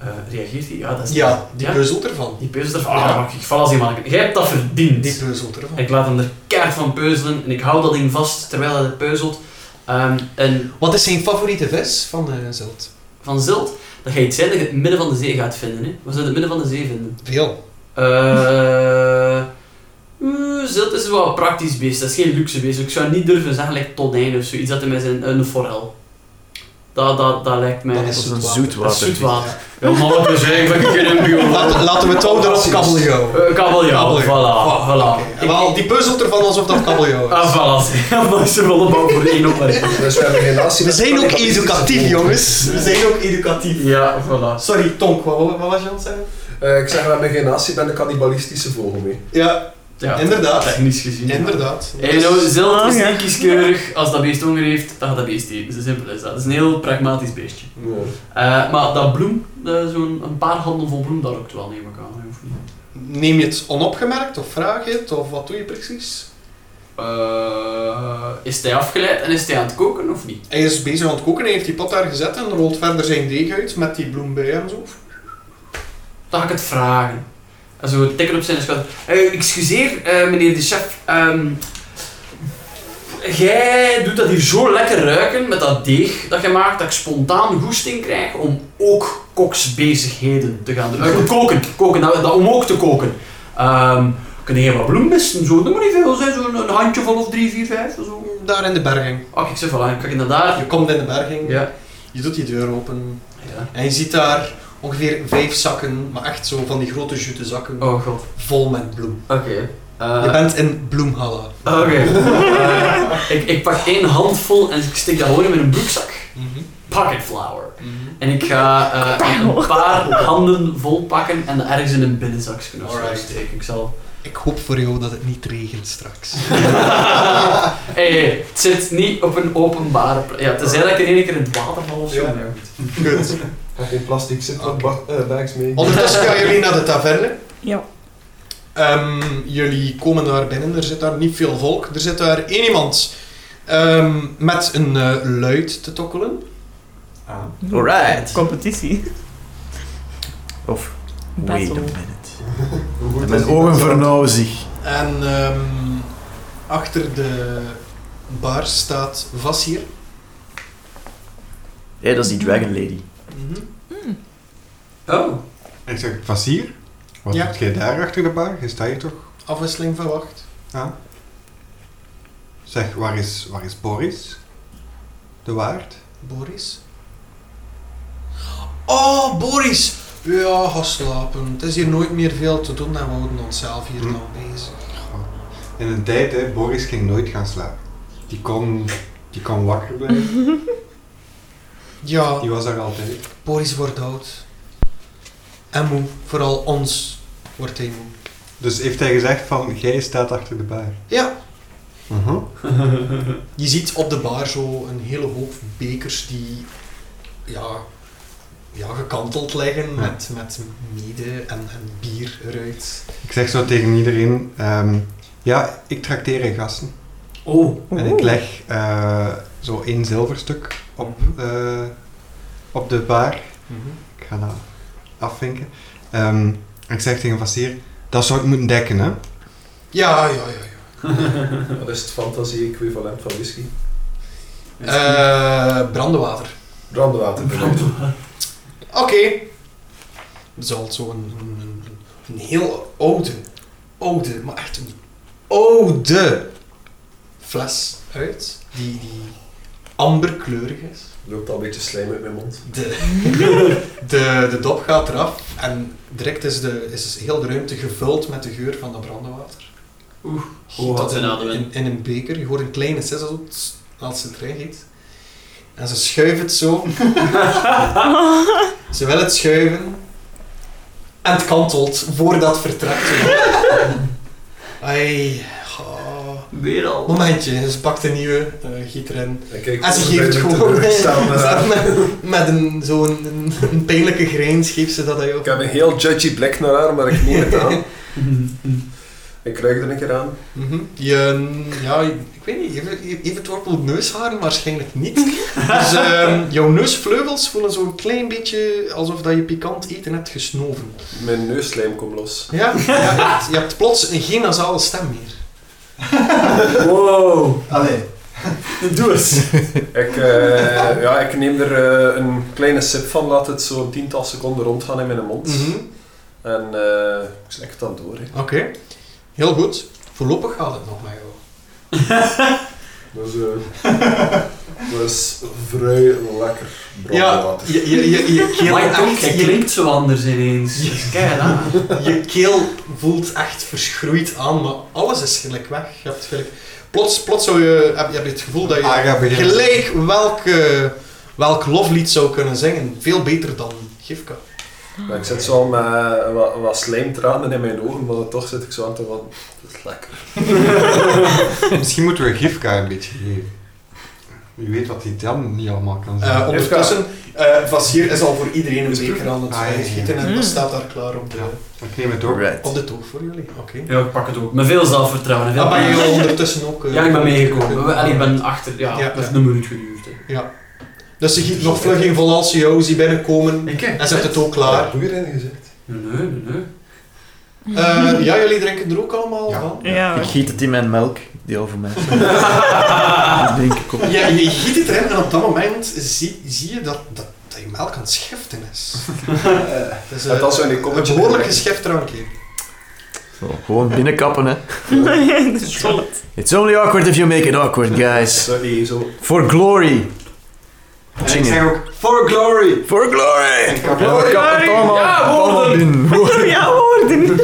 Speaker 2: Eh, reageert hij? Ja, dat is
Speaker 1: Ja, die
Speaker 2: ja?
Speaker 1: puzzel ervan.
Speaker 2: Die peuzelt ervan.
Speaker 1: Ja.
Speaker 2: Ah, maar ik val als iemand. Jij hebt dat verdiend.
Speaker 1: Die puzzel ervan.
Speaker 2: Ik laat hem er kaart van peuzelen en ik hou dat ding vast terwijl hij het peuzelt. Ehm, en
Speaker 1: Wat is zijn favoriete vis van eh Zeld?
Speaker 2: van Zilt, dat gaat iets zijn dat je het midden van de zee gaat vinden. Hè? Wat zou je het midden van de zee vinden?
Speaker 1: Veel.
Speaker 2: Eh, eh, Zilt is wel een praktisch beest, dat is geen luxe beest. Ik zou niet durven zeggen, like tonijn of zoiets, dat hij mij zijn een forel. Dat, dat, dat lijkt mij...
Speaker 1: Dat
Speaker 3: Dat
Speaker 1: is
Speaker 3: is een
Speaker 1: zoetwater.
Speaker 2: dat is
Speaker 3: zoetwater.
Speaker 2: zoetwater. Eh, Ja, maar wat is eigenlijk ik in een
Speaker 1: Laten, laten we het houden op
Speaker 4: Precies.
Speaker 1: kabeljauw.
Speaker 2: Eh, kabeljauw, voilà,
Speaker 1: Kabeljauw.
Speaker 2: voilà.
Speaker 1: Oké, en wel,
Speaker 2: Ik-
Speaker 1: die puzzel ervan alsof dat kabeljauw is.
Speaker 2: Ah, voilà. Dat is er wel een bouw voor één opmerking.
Speaker 5: Dus we hebben geen relatie
Speaker 1: We
Speaker 5: met
Speaker 1: zijn ook
Speaker 5: kwalitatief
Speaker 1: educatief,
Speaker 5: niveau.
Speaker 1: jongens. We zijn ook educatief.
Speaker 2: Ja, voilà.
Speaker 1: Sorry, Tonk, wat, wat was je aan het zeggen?
Speaker 5: Eh, ik zeg, we hebben geen natie, ben de cannibalistische vogel mee.
Speaker 1: Ja,
Speaker 2: Ja,
Speaker 1: Inderdaad.
Speaker 2: Technisch gezien.
Speaker 1: inderdaad. Dus
Speaker 2: Hey, nou, zelf is
Speaker 6: Ah, ja.
Speaker 2: niet kieskeurig. Als dat beest honger heeft, dan gaat dat beest eten. Zo simpel is dat. Het is een heel pragmatisch beestje.
Speaker 5: Ja.
Speaker 2: Eh, maar dat bloem, eh, zo'n een paar handen vol bloem, dat rookt wel, neem ik aan. hè, Of niet?
Speaker 1: Neem je het onopgemerkt of vraag je het of wat doe je precies?
Speaker 2: Eh, is hij afgeleid en is hij aan het koken of niet?
Speaker 1: Hij is bezig aan het koken, hij heeft die pot daar gezet en rolt verder zijn deeg uit met die bloem bij en zo.
Speaker 2: Dan ga ik het vragen. En zo tikken op zijn schouder. Eh, excuseer, eh, meneer de chef. ehm, jij doet dat hier zo lekker ruiken met dat deeg dat je maakt, dat ik spontaan goesting krijg om ook koksbezigheden te gaan doen. Eh, koken, koken dat, dat- om ook te koken. Ehm kun je wat bloemisten zo? Dat moet niet veel zijn, zo'n een handjevol of drie, vier, vijf of zo.
Speaker 1: Daar in de berging.
Speaker 2: Ach, ik zeg voilà, ik ga inderdaad.
Speaker 1: Je komt in de berging,
Speaker 2: Ja.
Speaker 1: je doet die deur open
Speaker 2: ja.
Speaker 1: en je ziet daar ongeveer vijf zakken, maar echt zo van die grote jute zakken,
Speaker 2: Oh god.
Speaker 1: vol met bloem.
Speaker 2: Oké. Eh,
Speaker 1: je bent in bloemhalla.
Speaker 2: Ah, Oké. Eh, ik, ik pak één handvol en ik stik dat gewoon in mijn broekzak.
Speaker 1: Mhm.
Speaker 2: Pocket flower.
Speaker 1: Mhm.
Speaker 2: En ik ga eh, een paar handen vol pakken en dat ergens in een binnenzakje of zo
Speaker 1: Alright.
Speaker 2: steken. Ik zal...
Speaker 1: Ik hoop voor jou dat het niet regent straks.
Speaker 2: hey, hey, het zit niet op een openbare plek. Ja, tenzij dat ik in één keer in het water val of zo.
Speaker 5: Ja.
Speaker 2: maar goed.
Speaker 1: Goed.
Speaker 5: En geen plastic zit
Speaker 1: Oké.
Speaker 7: eh,
Speaker 5: bags mee.
Speaker 1: Ondertussen gaan jullie naar de taverne.
Speaker 6: Ja.
Speaker 1: Ehm, jullie komen daar binnen, er zit daar niet veel volk. Er zit daar één iemand ehm, met een eh, luid te tokkelen.
Speaker 4: Ah.
Speaker 3: Alright.
Speaker 6: Competitie.
Speaker 3: Of wait a
Speaker 6: Battle.
Speaker 3: minute.
Speaker 5: Hoe goed
Speaker 3: En
Speaker 5: is
Speaker 3: mijn
Speaker 5: die
Speaker 3: ogen
Speaker 5: background?
Speaker 3: vernauwen zich.
Speaker 1: En ehm, achter de bar staat Vassier.
Speaker 3: Hé, dat is die Dragon Lady.
Speaker 1: Mhm.
Speaker 2: Oh,
Speaker 4: En ik zeg, Vassier, wat
Speaker 1: Ja.
Speaker 4: doet jij daar achter de bar? Je staat hier toch?
Speaker 1: Afwisseling verwacht.
Speaker 4: Zeg, waar is, waar is Boris? De waard?
Speaker 1: Boris? Oh, Boris! Ja, ga slapen. Het is hier nooit meer veel te doen en we houden onszelf hier
Speaker 4: Hm.
Speaker 1: nog bezig.
Speaker 4: In een tijd, hè, Boris ging nooit gaan slapen. Die kon, die kon wakker blijven.
Speaker 1: Ja,
Speaker 4: Die was daar altijd.
Speaker 1: Boris wordt oud. En moe. Vooral ons wordt hij moe.
Speaker 4: Dus heeft hij gezegd van, jij staat achter de bar.
Speaker 1: Ja.
Speaker 4: Mhm.
Speaker 1: Je ziet op de bar zo een hele hoop bekers die ja, ja, gekanteld liggen met, met mede en, en bier eruit.
Speaker 4: Ik zeg zo tegen iedereen, ehm, ja, ik trakteer in gasten.
Speaker 2: oh.
Speaker 4: En ik leg eh, zo één zilverstuk op, eh, op de bar.
Speaker 1: Mhm.
Speaker 4: Ik ga dat afvinken. Ehm, ik zeg tegen Vassier, dat zou ik moeten dekken, hè.
Speaker 1: Ja, ja, ja. ja.
Speaker 5: Dat is het fantasie-equivalent van whisky.
Speaker 1: Eh, brandewater.
Speaker 5: Brandwater.
Speaker 1: Oké. Dat is al zo'n een, een, een heel oude, oude, maar echt een oude fles uit. Die, die amberkleurig is.
Speaker 5: Loopt al een beetje slijm uit mijn mond.
Speaker 1: De, de, de dop gaat eraf en direct is, de, is heel de ruimte gevuld met de geur van dat brandwater.
Speaker 2: Oeh,
Speaker 1: Giet
Speaker 2: wat een
Speaker 1: in,
Speaker 2: adem.
Speaker 1: in, in een beker. Je hoort een kleine sis als het- als ze het erin giet. En ze schuift het zo. ze wil het schuiven. En het kantelt voordat het vertrekt. Ai, oh.
Speaker 2: Weer al.
Speaker 1: Momentje, ze pakt een nieuwe, eh, giet erin.
Speaker 5: En kijk,
Speaker 1: En ze
Speaker 5: hoe
Speaker 1: geeft
Speaker 5: bij
Speaker 1: gewoon
Speaker 5: de deur staan, maar-
Speaker 7: eh,
Speaker 1: Ze met, met een, zo'n een, een pijnlijke grijns geeft ze dat aan jou.
Speaker 5: Ik heb een heel judgy blik naar haar, maar ik neem het aan.
Speaker 7: Ik ruik er een keer aan.
Speaker 1: Mhm. Je, ja, ik weet niet, even, even tworpelt neusharen waarschijnlijk niet. dus ehm, jouw neusvleugels voelen zo'n klein beetje alsof dat je pikant eten hebt gesnoven.
Speaker 7: Mijn neuslijm komt los.
Speaker 1: Ja, ja, je, hebt, je hebt plots een geen nasale stem meer.
Speaker 2: Wow.
Speaker 7: Allee.
Speaker 2: Doe eens.
Speaker 7: Ik, eh, ja, ik neem er eh, een kleine sip van, laat het zo'n tiental seconden rondgaan in mijn mond.
Speaker 1: Mhm.
Speaker 7: En eh, ik slik het dan door. hè.
Speaker 1: Oké, heel goed. Voorlopig gaat het nog met jou.
Speaker 5: Dat is, eh, dat is vrij lekker
Speaker 1: Ja,
Speaker 5: brandwater.
Speaker 1: je, je, je, je keel,
Speaker 2: Maar je
Speaker 1: echt,
Speaker 2: klinkt, je
Speaker 1: je,
Speaker 2: klinkt zo anders ineens. Dat is keihard aan.
Speaker 1: je keel voelt echt verschroeid aan, maar alles is gelijk weg. Je hebt gelijk, plots, plots zou je, heb, je hebt het gevoel dat je
Speaker 4: Ara begint.
Speaker 1: gelijk welke, welk loflied zou kunnen zingen. Veel beter dan Gifka.
Speaker 7: Maar ik zit zo al met eh, wat, wat slijmtranen in mijn ogen, maar toch zit ik zo aan te van, het is lekker.
Speaker 4: Misschien moeten we Gifka een beetje geven. Wie weet wat hij dan niet allemaal kan
Speaker 1: Eh,
Speaker 4: zeggen.
Speaker 1: ondertussen, eh Vasier is al voor iedereen een beker aan het
Speaker 4: Ah, ja, ja, ja.
Speaker 1: schieten en
Speaker 6: Mm.
Speaker 1: dat staat daar klaar op de,
Speaker 4: Ja. ik neem het ook.
Speaker 3: Right.
Speaker 1: op de toog voor jullie. Oké.
Speaker 2: Ja, ik pak het ook. Met veel zelfvertrouwen. en Veel
Speaker 1: Dan ben Ah, je
Speaker 2: plezier.
Speaker 1: ondertussen ook... eh,
Speaker 2: ja, ik ben meegekomen. Allee, ik ben achter. Ja,
Speaker 1: Ja,
Speaker 2: dat heeft
Speaker 1: ja.
Speaker 2: een minuut geduurd. hè.
Speaker 1: Dus ze giet nog vlug in vol als ze jou ziet binnenkomen.
Speaker 2: Ik
Speaker 1: En zet het ook klaar.
Speaker 5: Doe je erin gezet?
Speaker 2: Nee, nee, nee.
Speaker 1: Eh, ja, jullie drinken er ook allemaal
Speaker 4: Ja.
Speaker 1: van.
Speaker 6: Ja,
Speaker 3: Ik
Speaker 6: hoor.
Speaker 3: giet het in mijn melk, die al voor mij is. Dat denk ik ook.
Speaker 1: Ja, je giet het erin en op dat moment zie, zie je dat, dat, dat je melk aan het schiften is. Het is eh,
Speaker 7: Het was zo in die
Speaker 1: een
Speaker 7: kommetje.
Speaker 1: behoorlijke schifdrankje.
Speaker 3: Zo, gewoon binnenkappen, hè.
Speaker 6: Nee, dat is solid.
Speaker 3: It's only awkward if you make it awkward, guys.
Speaker 7: Sorry, zo.
Speaker 3: For glory.
Speaker 4: En ik
Speaker 3: Zingen.
Speaker 4: zeg ook, for glory!
Speaker 3: For
Speaker 4: En ik
Speaker 3: glory.
Speaker 4: kan
Speaker 3: Oh, Ik
Speaker 4: wel-
Speaker 3: kan het allemaal
Speaker 6: Ja,
Speaker 3: allemaal
Speaker 6: woorden.
Speaker 3: doen.
Speaker 6: Ja, woorden.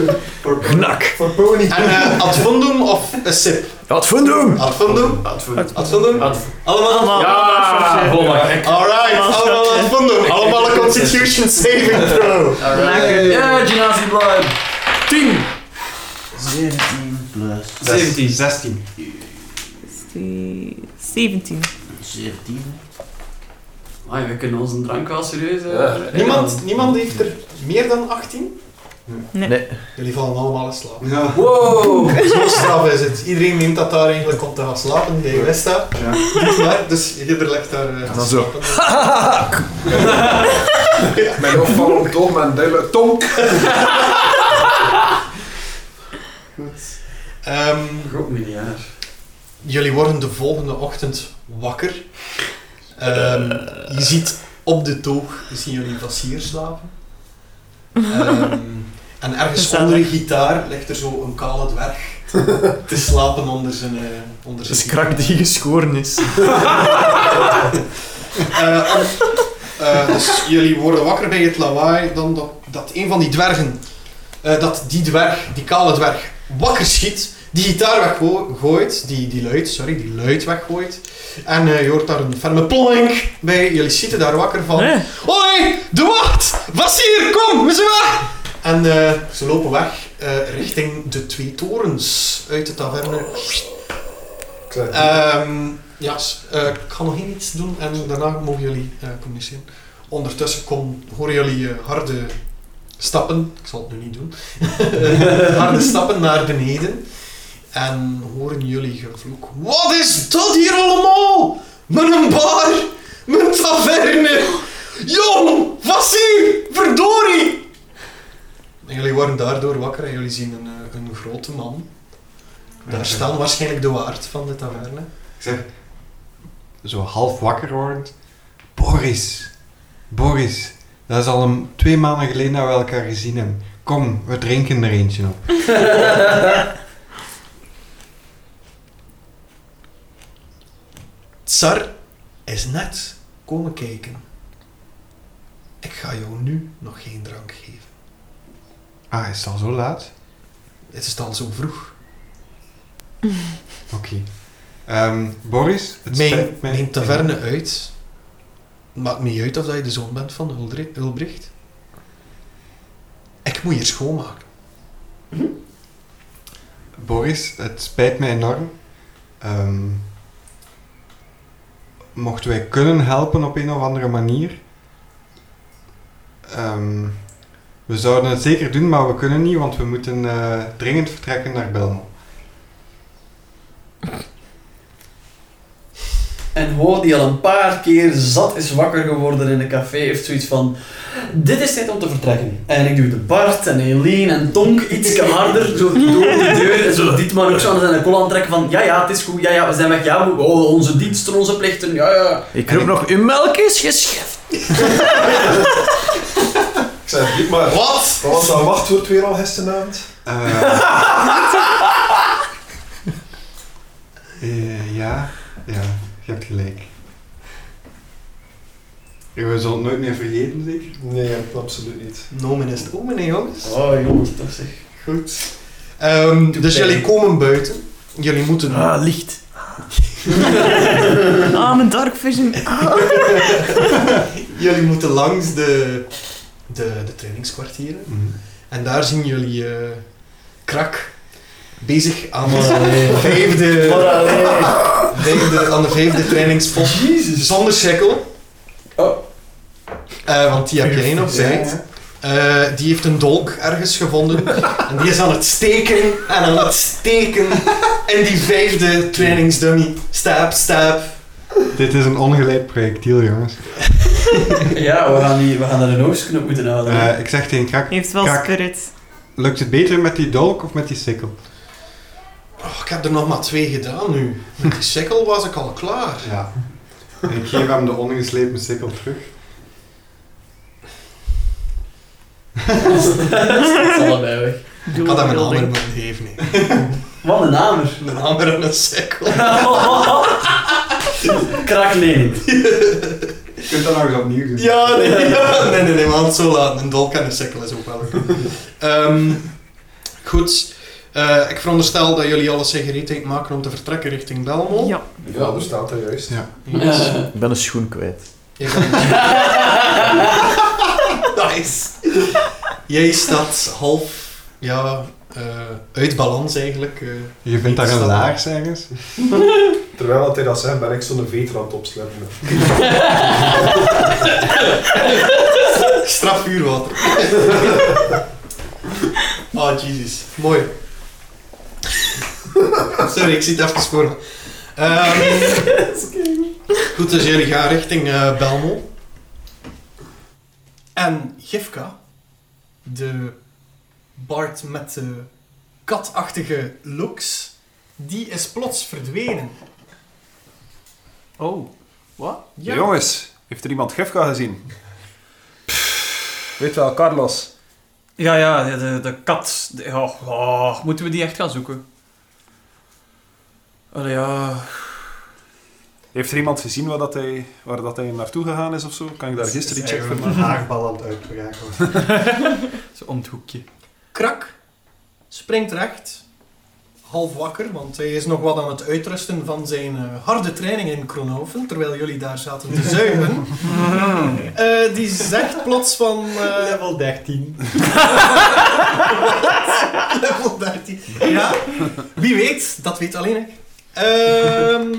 Speaker 3: Knak.
Speaker 5: Voor pony.
Speaker 1: En eh advondum of een sip?
Speaker 3: Wat voor doen?
Speaker 1: Advondum?
Speaker 2: Advent.
Speaker 1: Advondum?
Speaker 2: Advent.
Speaker 1: Allemaal?
Speaker 6: Allemaal.
Speaker 2: Ja, bolle.
Speaker 1: Alright,
Speaker 6: Allemaal
Speaker 1: allemaal
Speaker 6: stapje.
Speaker 1: advondum. Allemaal een constitution saving throw.
Speaker 6: Lekker.
Speaker 2: Ja, Genasi Blood. 10. 17.
Speaker 4: 16.
Speaker 6: Die- 17.
Speaker 2: Amai, we kunnen onze drank wel serieus... eh,
Speaker 7: Ja.
Speaker 2: eh,
Speaker 1: Niemand, niemand heeft er meer dan 18?
Speaker 6: Nee.
Speaker 3: Nee.
Speaker 1: Jullie vallen allemaal in slaap.
Speaker 4: Ja.
Speaker 2: Wow.
Speaker 1: Zo straf is het. Iedereen neemt dat daar eigenlijk om te gaan slapen. Nee, je wist dat.
Speaker 4: Ja.
Speaker 1: Niet waar, dus ieder legt daar... eh,
Speaker 3: Dan zo.
Speaker 7: Mijn opvang op toch mijn duidelijk tonk.
Speaker 1: Ehm,
Speaker 2: Goed miljard.
Speaker 1: jullie worden de volgende ochtend wakker. Ehm, je ziet op de toog, zien jullie Vassier slapen. Ehm, en ergens
Speaker 6: Gezellig.
Speaker 1: onder een gitaar ligt er zo een kale dwerg te slapen onder zijn... eh, onder
Speaker 3: Dat is
Speaker 1: zijn
Speaker 3: Dus krak die geschoren is.
Speaker 1: Eh, en, eh, dus jullie worden wakker bij het lawaai, dan dat, dat een van die dwergen, eh, dat die dwerg, die kale dwerg, wakker schiet, die gitaar weggooit, die, die luid, sorry, die luid weggooit. En eh, je hoort daar een ferme plonk bij, jullie zitten daar wakker van.
Speaker 6: Nee.
Speaker 1: Hoi, de wacht! Was hier, kom, we zijn weg! En eh, ze lopen weg eh, richting de twee torens uit de taverne.
Speaker 5: Ik zeg,
Speaker 1: Ehm, ja, s- eh, ik ga nog één iets doen en daarna mogen jullie eh, communiceren. Ondertussen kom, horen jullie eh, harde stappen. Ik zal het nu niet doen. harde stappen naar beneden. En horen jullie gevloek. Wat is dat hier allemaal? Mijn bar! Mijn taverne! Jong! Was hier? Verdorie! En jullie worden daardoor wakker en jullie zien een, eh, een grote man. Daar staan waarschijnlijk de waard van de taverne.
Speaker 4: Ik zeg, zo half wakker wordend, Boris, Boris, dat is al een, twee maanden geleden dat we elkaar gezien hebben. Kom, we drinken er eentje op.
Speaker 1: Tsar is net komen kijken. Ik ga jou nu nog geen drank geven.
Speaker 4: Ah, is het al zo laat?
Speaker 1: Het is al zo vroeg.
Speaker 4: Oké. Ehm, Boris, het
Speaker 1: Mijn,
Speaker 4: spijt mij.
Speaker 1: mijn taverne uit. Maakt niet uit of dat je de zoon bent van Uldri- Ulbricht. Ik moet hier schoonmaken.
Speaker 4: Boris, het spijt mij enorm. Ehm, mochten wij kunnen helpen op een of andere manier, ehm, We zouden het zeker doen, maar we kunnen niet, want we moeten eh, dringend vertrekken naar Belmo.
Speaker 2: En Ho, die al een paar keer zat is wakker geworden in een café, heeft zoiets van... Dit is tijd om te vertrekken. En ik duw de Bart en Eileen en Tonk iets harder zo door de deur. En zo Dietmar ook zo aan zijn kol aantrekken van... Ja, ja, het is goed. Ja, ja, we zijn weg. Ja, we- oh, onze diensten, onze plichten. Ja, ja.
Speaker 3: Ik roep nog, uw melk is geschift.
Speaker 5: Ik zei, niet maar.
Speaker 1: Wat?
Speaker 5: Wat was dat wachtwoord weer al gisteravond?
Speaker 4: Eh eh, ja, ja, je hebt gelijk. We zullen het nooit meer vergeten, zeker?
Speaker 5: Nee, absoluut niet.
Speaker 1: Nomen is het omen, hè, jongens.
Speaker 2: Oh, jongens, toch zeg.
Speaker 1: Goed. Ehm, dus
Speaker 2: pijn.
Speaker 1: jullie komen buiten. Jullie moeten...
Speaker 3: Ah, licht.
Speaker 6: Ah, mijn dark vision. Ah.
Speaker 1: Jullie moeten langs de, de, de trainingskwartieren.
Speaker 4: Mhm.
Speaker 1: En daar zien jullie eh, Krak bezig aan de vijfde, vijfde, aan de vijfde trainingspot. Zonder sikkel.
Speaker 2: Oh.
Speaker 1: Eh, want die heb jij nog bij. Eh, die heeft een dolk ergens gevonden. en die is aan het steken en aan het steken in die vijfde trainingsdummy. Stap, stap.
Speaker 4: Dit is een ongeleid projectiel, jongens.
Speaker 2: Ja, we gaan, die, we gaan daar een oogsknop moeten houden.
Speaker 4: Eh, ik zeg tegen Krak,
Speaker 6: Heeft wel
Speaker 4: Kak.
Speaker 6: spirit.
Speaker 4: lukt het beter met die dolk of met die sikkel?
Speaker 1: Oh, ik heb er nog maar twee gedaan nu. Met die sikkel was ik al klaar.
Speaker 4: Ja. En ik geef hem de ongeslepen sikkel terug.
Speaker 2: Dat is allebei weg.
Speaker 1: Ik had hem een hamer moeten geven. hè.
Speaker 2: Wat een namer.
Speaker 1: Een hamer en een sikkel.
Speaker 2: Krak Lenin.
Speaker 4: Je kunt dat nog eens opnieuw doen.
Speaker 1: Ja, nee, ja. nee, nee, nee, maar het zo laten. Een dolk en een sikkel is ook wel goed. Ehm, goed. Eh, ik veronderstel dat jullie alles zich gereed maken om te vertrekken richting Belmo.
Speaker 6: Ja.
Speaker 5: Ja, daar staat er juist.
Speaker 4: Ja.
Speaker 1: Yes.
Speaker 3: Ik ben een schoen kwijt.
Speaker 1: Je bent- nice. Jij staat half ja, eh, uit balans eigenlijk. eh.
Speaker 4: Je vindt daar een laars ergens?
Speaker 5: Terwijl dat hij dat zegt, ben ik zo'n veter aan het opsleppen.
Speaker 1: Straf vuurwater. oh, Jesus. Mooi. Sorry, ik zie het even voor me. Ehm, goed, dus jullie gaan richting eh Belmo. En Gifka, de Bart met de katachtige looks, die is plots verdwenen.
Speaker 7: Oh, wat?
Speaker 1: Ja.
Speaker 7: Jongens, heeft er iemand Gefka gezien? Weet wel, Carlos.
Speaker 8: Ja, ja, de, de, de kat. De- ja, ah, moeten we die echt gaan zoeken? Allee, ja.
Speaker 7: Heeft er iemand gezien waar, dat hij, waar dat hij naartoe gegaan is of zo? Kan ik daar gisteren iets check voor
Speaker 4: mijn
Speaker 7: maken?
Speaker 4: haagbal aan het uitdragen.
Speaker 8: Zo om het hoekje.
Speaker 1: Krak springt recht, half wakker, want hij is nog wat aan het uitrusten van zijn eh, harde training in Kroonhoven, terwijl jullie daar zaten te zuigen. Eh, die zegt plots van... eh, Level 13. Level 13. Ja, wie weet, dat weet alleen ik. Ehm,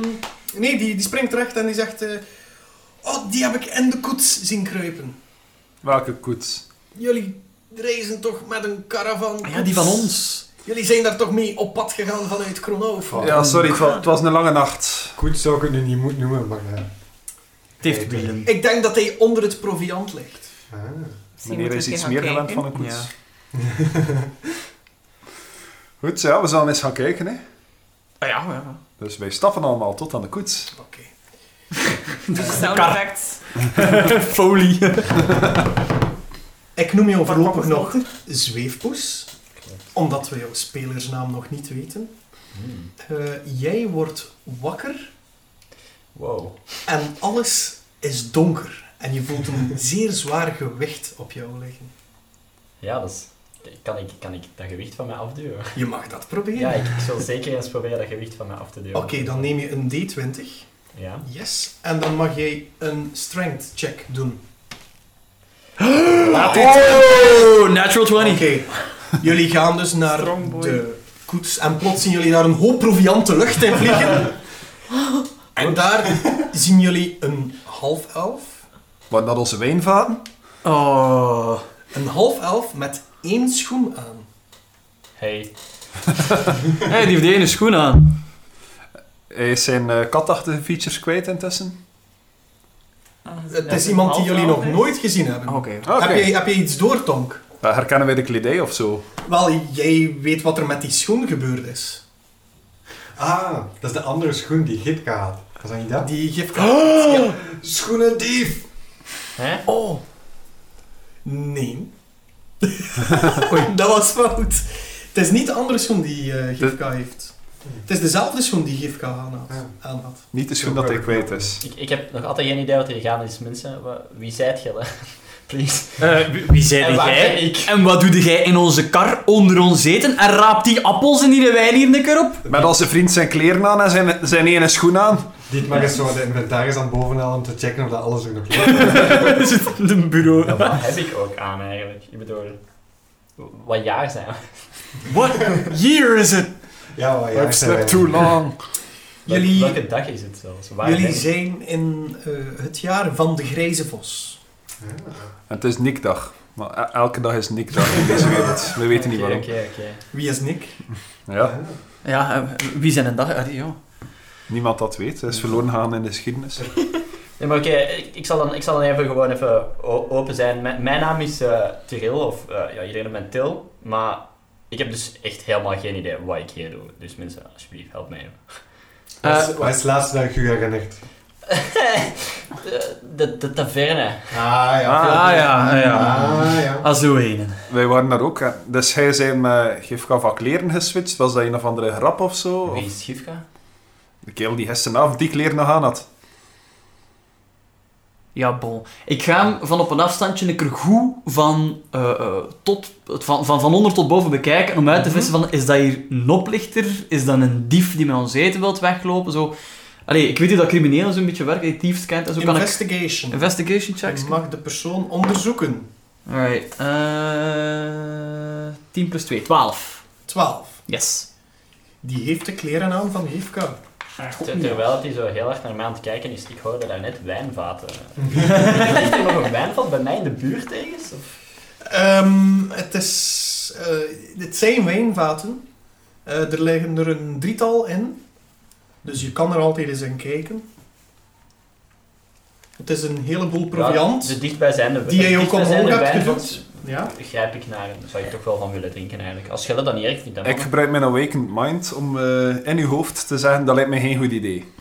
Speaker 1: nee, die, die springt recht en die zegt... eh, oh, die heb ik in de koets zien kruipen.
Speaker 7: Welke koets?
Speaker 1: Jullie reizen toch met een caravan?
Speaker 8: Ja, die van ons.
Speaker 1: Jullie zijn daar toch mee op pad gegaan vanuit Kronova?
Speaker 7: Ja, sorry, het wa- het was een lange nacht.
Speaker 4: Goed zou ik het nu niet moeten noemen, maar eh, ja.
Speaker 8: Het heeft wielen.
Speaker 1: Ik denk dat hij onder het proviant ligt.
Speaker 4: Ah.
Speaker 7: Meneer is iets meer gewend van een
Speaker 8: Ja.
Speaker 7: koets. Goed, ja, we zullen eens gaan kijken. Hè.
Speaker 8: Ah, ja, ja.
Speaker 7: Dus wij stappen allemaal tot aan de koets.
Speaker 1: Oké.
Speaker 6: Sound effects.
Speaker 8: Folie.
Speaker 1: Ik noem jou voorlopig nog Zweefpoes, omdat we jouw spelersnaam nog niet weten.
Speaker 7: Hmm.
Speaker 1: Eh, jij wordt wakker
Speaker 5: Wow.
Speaker 1: en alles is donker. En je voelt een zeer zwaar gewicht op jou liggen.
Speaker 9: Ja, dat is... Kan ik, kan ik dat gewicht van mij afduwen?
Speaker 1: Je mag dat proberen.
Speaker 9: Ja, ik, ik zal zeker eens proberen dat gewicht van mij af te duwen.
Speaker 1: Oké, dan neem je een D20.
Speaker 9: Ja.
Speaker 1: Yes. En dan mag jij een strength check doen.
Speaker 8: Oh,
Speaker 3: nou-
Speaker 8: natural 20.
Speaker 1: Oké, jullie gaan dus naar
Speaker 6: Strong boy.
Speaker 1: de koets en plots zien jullie daar een hoop proviant de lucht in vliegen. En daar zien jullie een half elf,
Speaker 7: Waren dat onze wijnvaten?
Speaker 8: Oh.
Speaker 1: Een half elf met één schoen aan.
Speaker 9: Hey.
Speaker 2: Hé, die heeft die ene schoen aan.
Speaker 10: Hij is zijn eh, katachtige features kwijt intussen.
Speaker 6: Ah,
Speaker 1: Het is iemand die jullie nog nooit gezien
Speaker 3: Oh,
Speaker 1: hebben.
Speaker 2: Oké.
Speaker 10: Ah, Oké.
Speaker 1: Heb, je, heb je iets door, Tonk?
Speaker 10: Eh, herkennen wij de kledij of zo?
Speaker 1: Wel, jij weet wat er met die schoen gebeurd is.
Speaker 4: Ah, dat is de andere schoen die Gitka had. Was dat niet dat?
Speaker 1: Die gift
Speaker 10: Oh!
Speaker 4: Schoenendief!
Speaker 9: Hè?
Speaker 1: Oh. Nee. Oei, dat was fout. Het is niet de andere schoen die eh Gifka heeft. Het is dezelfde schoen die Gifka aan had.
Speaker 4: Ja.
Speaker 1: Aan had.
Speaker 10: Niet de schoen dat hij kwijt is.
Speaker 9: Ik, ik heb nog altijd geen idee wat hier gaande is, mensen. Wa- Wie zijt gij? hè? Please.
Speaker 3: Eh,
Speaker 2: wie, wie
Speaker 9: en
Speaker 2: zei
Speaker 9: waar
Speaker 2: jij?
Speaker 9: ben ik?
Speaker 2: En wat doe jij in onze kar onder ons eten? En raap die appels en die wijn hier een keer op?
Speaker 10: Met als zijn vriend zijn kleren aan en zijn, zijn ene schoen aan.
Speaker 4: Dit mag eens zo de inventaris aan bovenhalen om te checken of dat alles er nog ligt.
Speaker 2: Zit in een bureau.
Speaker 9: En Wat heb ik ook aan eigenlijk? Ik bedoel, wat jaar zijn we?
Speaker 2: What year is it?
Speaker 4: Ja, maar ja.
Speaker 10: I've
Speaker 4: zijn wij
Speaker 10: slept too
Speaker 4: niet.
Speaker 10: long.
Speaker 9: Wel-
Speaker 1: Jullie-
Speaker 9: Welke dag is het zelfs? Waar ben
Speaker 1: Jullie
Speaker 9: ik?
Speaker 1: zijn in eh, het jaar van de grijze vos.
Speaker 10: En het is Nikdag. Maar e- elke dag is Nikdag in deze wereld. We weten niet
Speaker 9: Oké,
Speaker 10: waarom.
Speaker 9: Oké, oké.
Speaker 1: Wie is Nick?
Speaker 10: Ja,
Speaker 2: Ja, eh, wie zijn een dag? Allee, ja.
Speaker 10: niemand dat weet. Hij is verloren gegaan in de geschiedenis.
Speaker 9: Nee, maar oké, ik, ik, zal dan, ik zal dan even gewoon even o- open zijn. Mijn, mijn naam is eh Tyril, of eh, ja, iedereen noemt mij Til. Maar ik heb dus echt helemaal geen idee wat ik hier doe. Dus mensen, alsjeblieft, help mij.
Speaker 4: Wat is- Wat is het laatste dat ik u herinnert?
Speaker 9: De, de, de taverne.
Speaker 4: Ah ja.
Speaker 2: Ah ja, ah, ja.
Speaker 4: Ah ja.
Speaker 2: Ah, zo heen.
Speaker 10: Wij waren daar
Speaker 7: eh,
Speaker 10: ook. hè. Dus hij zijn met Gifka van kleren geswitcht. Was dat een of andere grap of zo?
Speaker 9: Wie
Speaker 10: Of
Speaker 9: is Gifka?
Speaker 10: de kerel die gisteravond die kleren nog aan had.
Speaker 2: Ja, bon. Ik ga hem van op een afstandje een keer goed van, eh, eh, tot, van, van, van onder tot boven bekijken. Om uit te vissen van, is dat hier een oplichter? Is dat een dief die met ons eten wilt weglopen? Zo. Allee, ik weet niet dat criminelen zo'n beetje werken, die thieves kent en zo. Kan ik
Speaker 1: Investigation.
Speaker 2: investigation checks?
Speaker 1: Je mag de persoon onderzoeken.
Speaker 2: Alright. eh 10 plus 2, 12.
Speaker 1: 12.
Speaker 2: Yes.
Speaker 1: Die heeft de kleren aan van Gifka.
Speaker 9: Ter- terwijl dat hij zo heel erg naar mij aan het kijken is, ik hoorde daar net wijnvaten. Ligt er nog een wijnvat bij mij in de buurt ergens? Of?
Speaker 1: Ehm, het, is, eh, het zijn wijnvaten. Eh, er liggen er een drietal in. Dus je kan er altijd eens in kijken. Het is een heleboel proviant.
Speaker 9: Ja, de dichtbijzijnde
Speaker 1: Die jij
Speaker 9: de
Speaker 1: ook al
Speaker 9: dichtbijzijnde
Speaker 1: omhoog hebt
Speaker 9: wijnvat
Speaker 1: gedoet. Ja.
Speaker 9: Grijp ik naar en zou ik toch wel van willen drinken eigenlijk. Als Gelle dat niet erg vindt, dan
Speaker 10: Ik gebruik mijn awakened mind om eh, in uw hoofd te zeggen dat lijkt mij geen goed idee.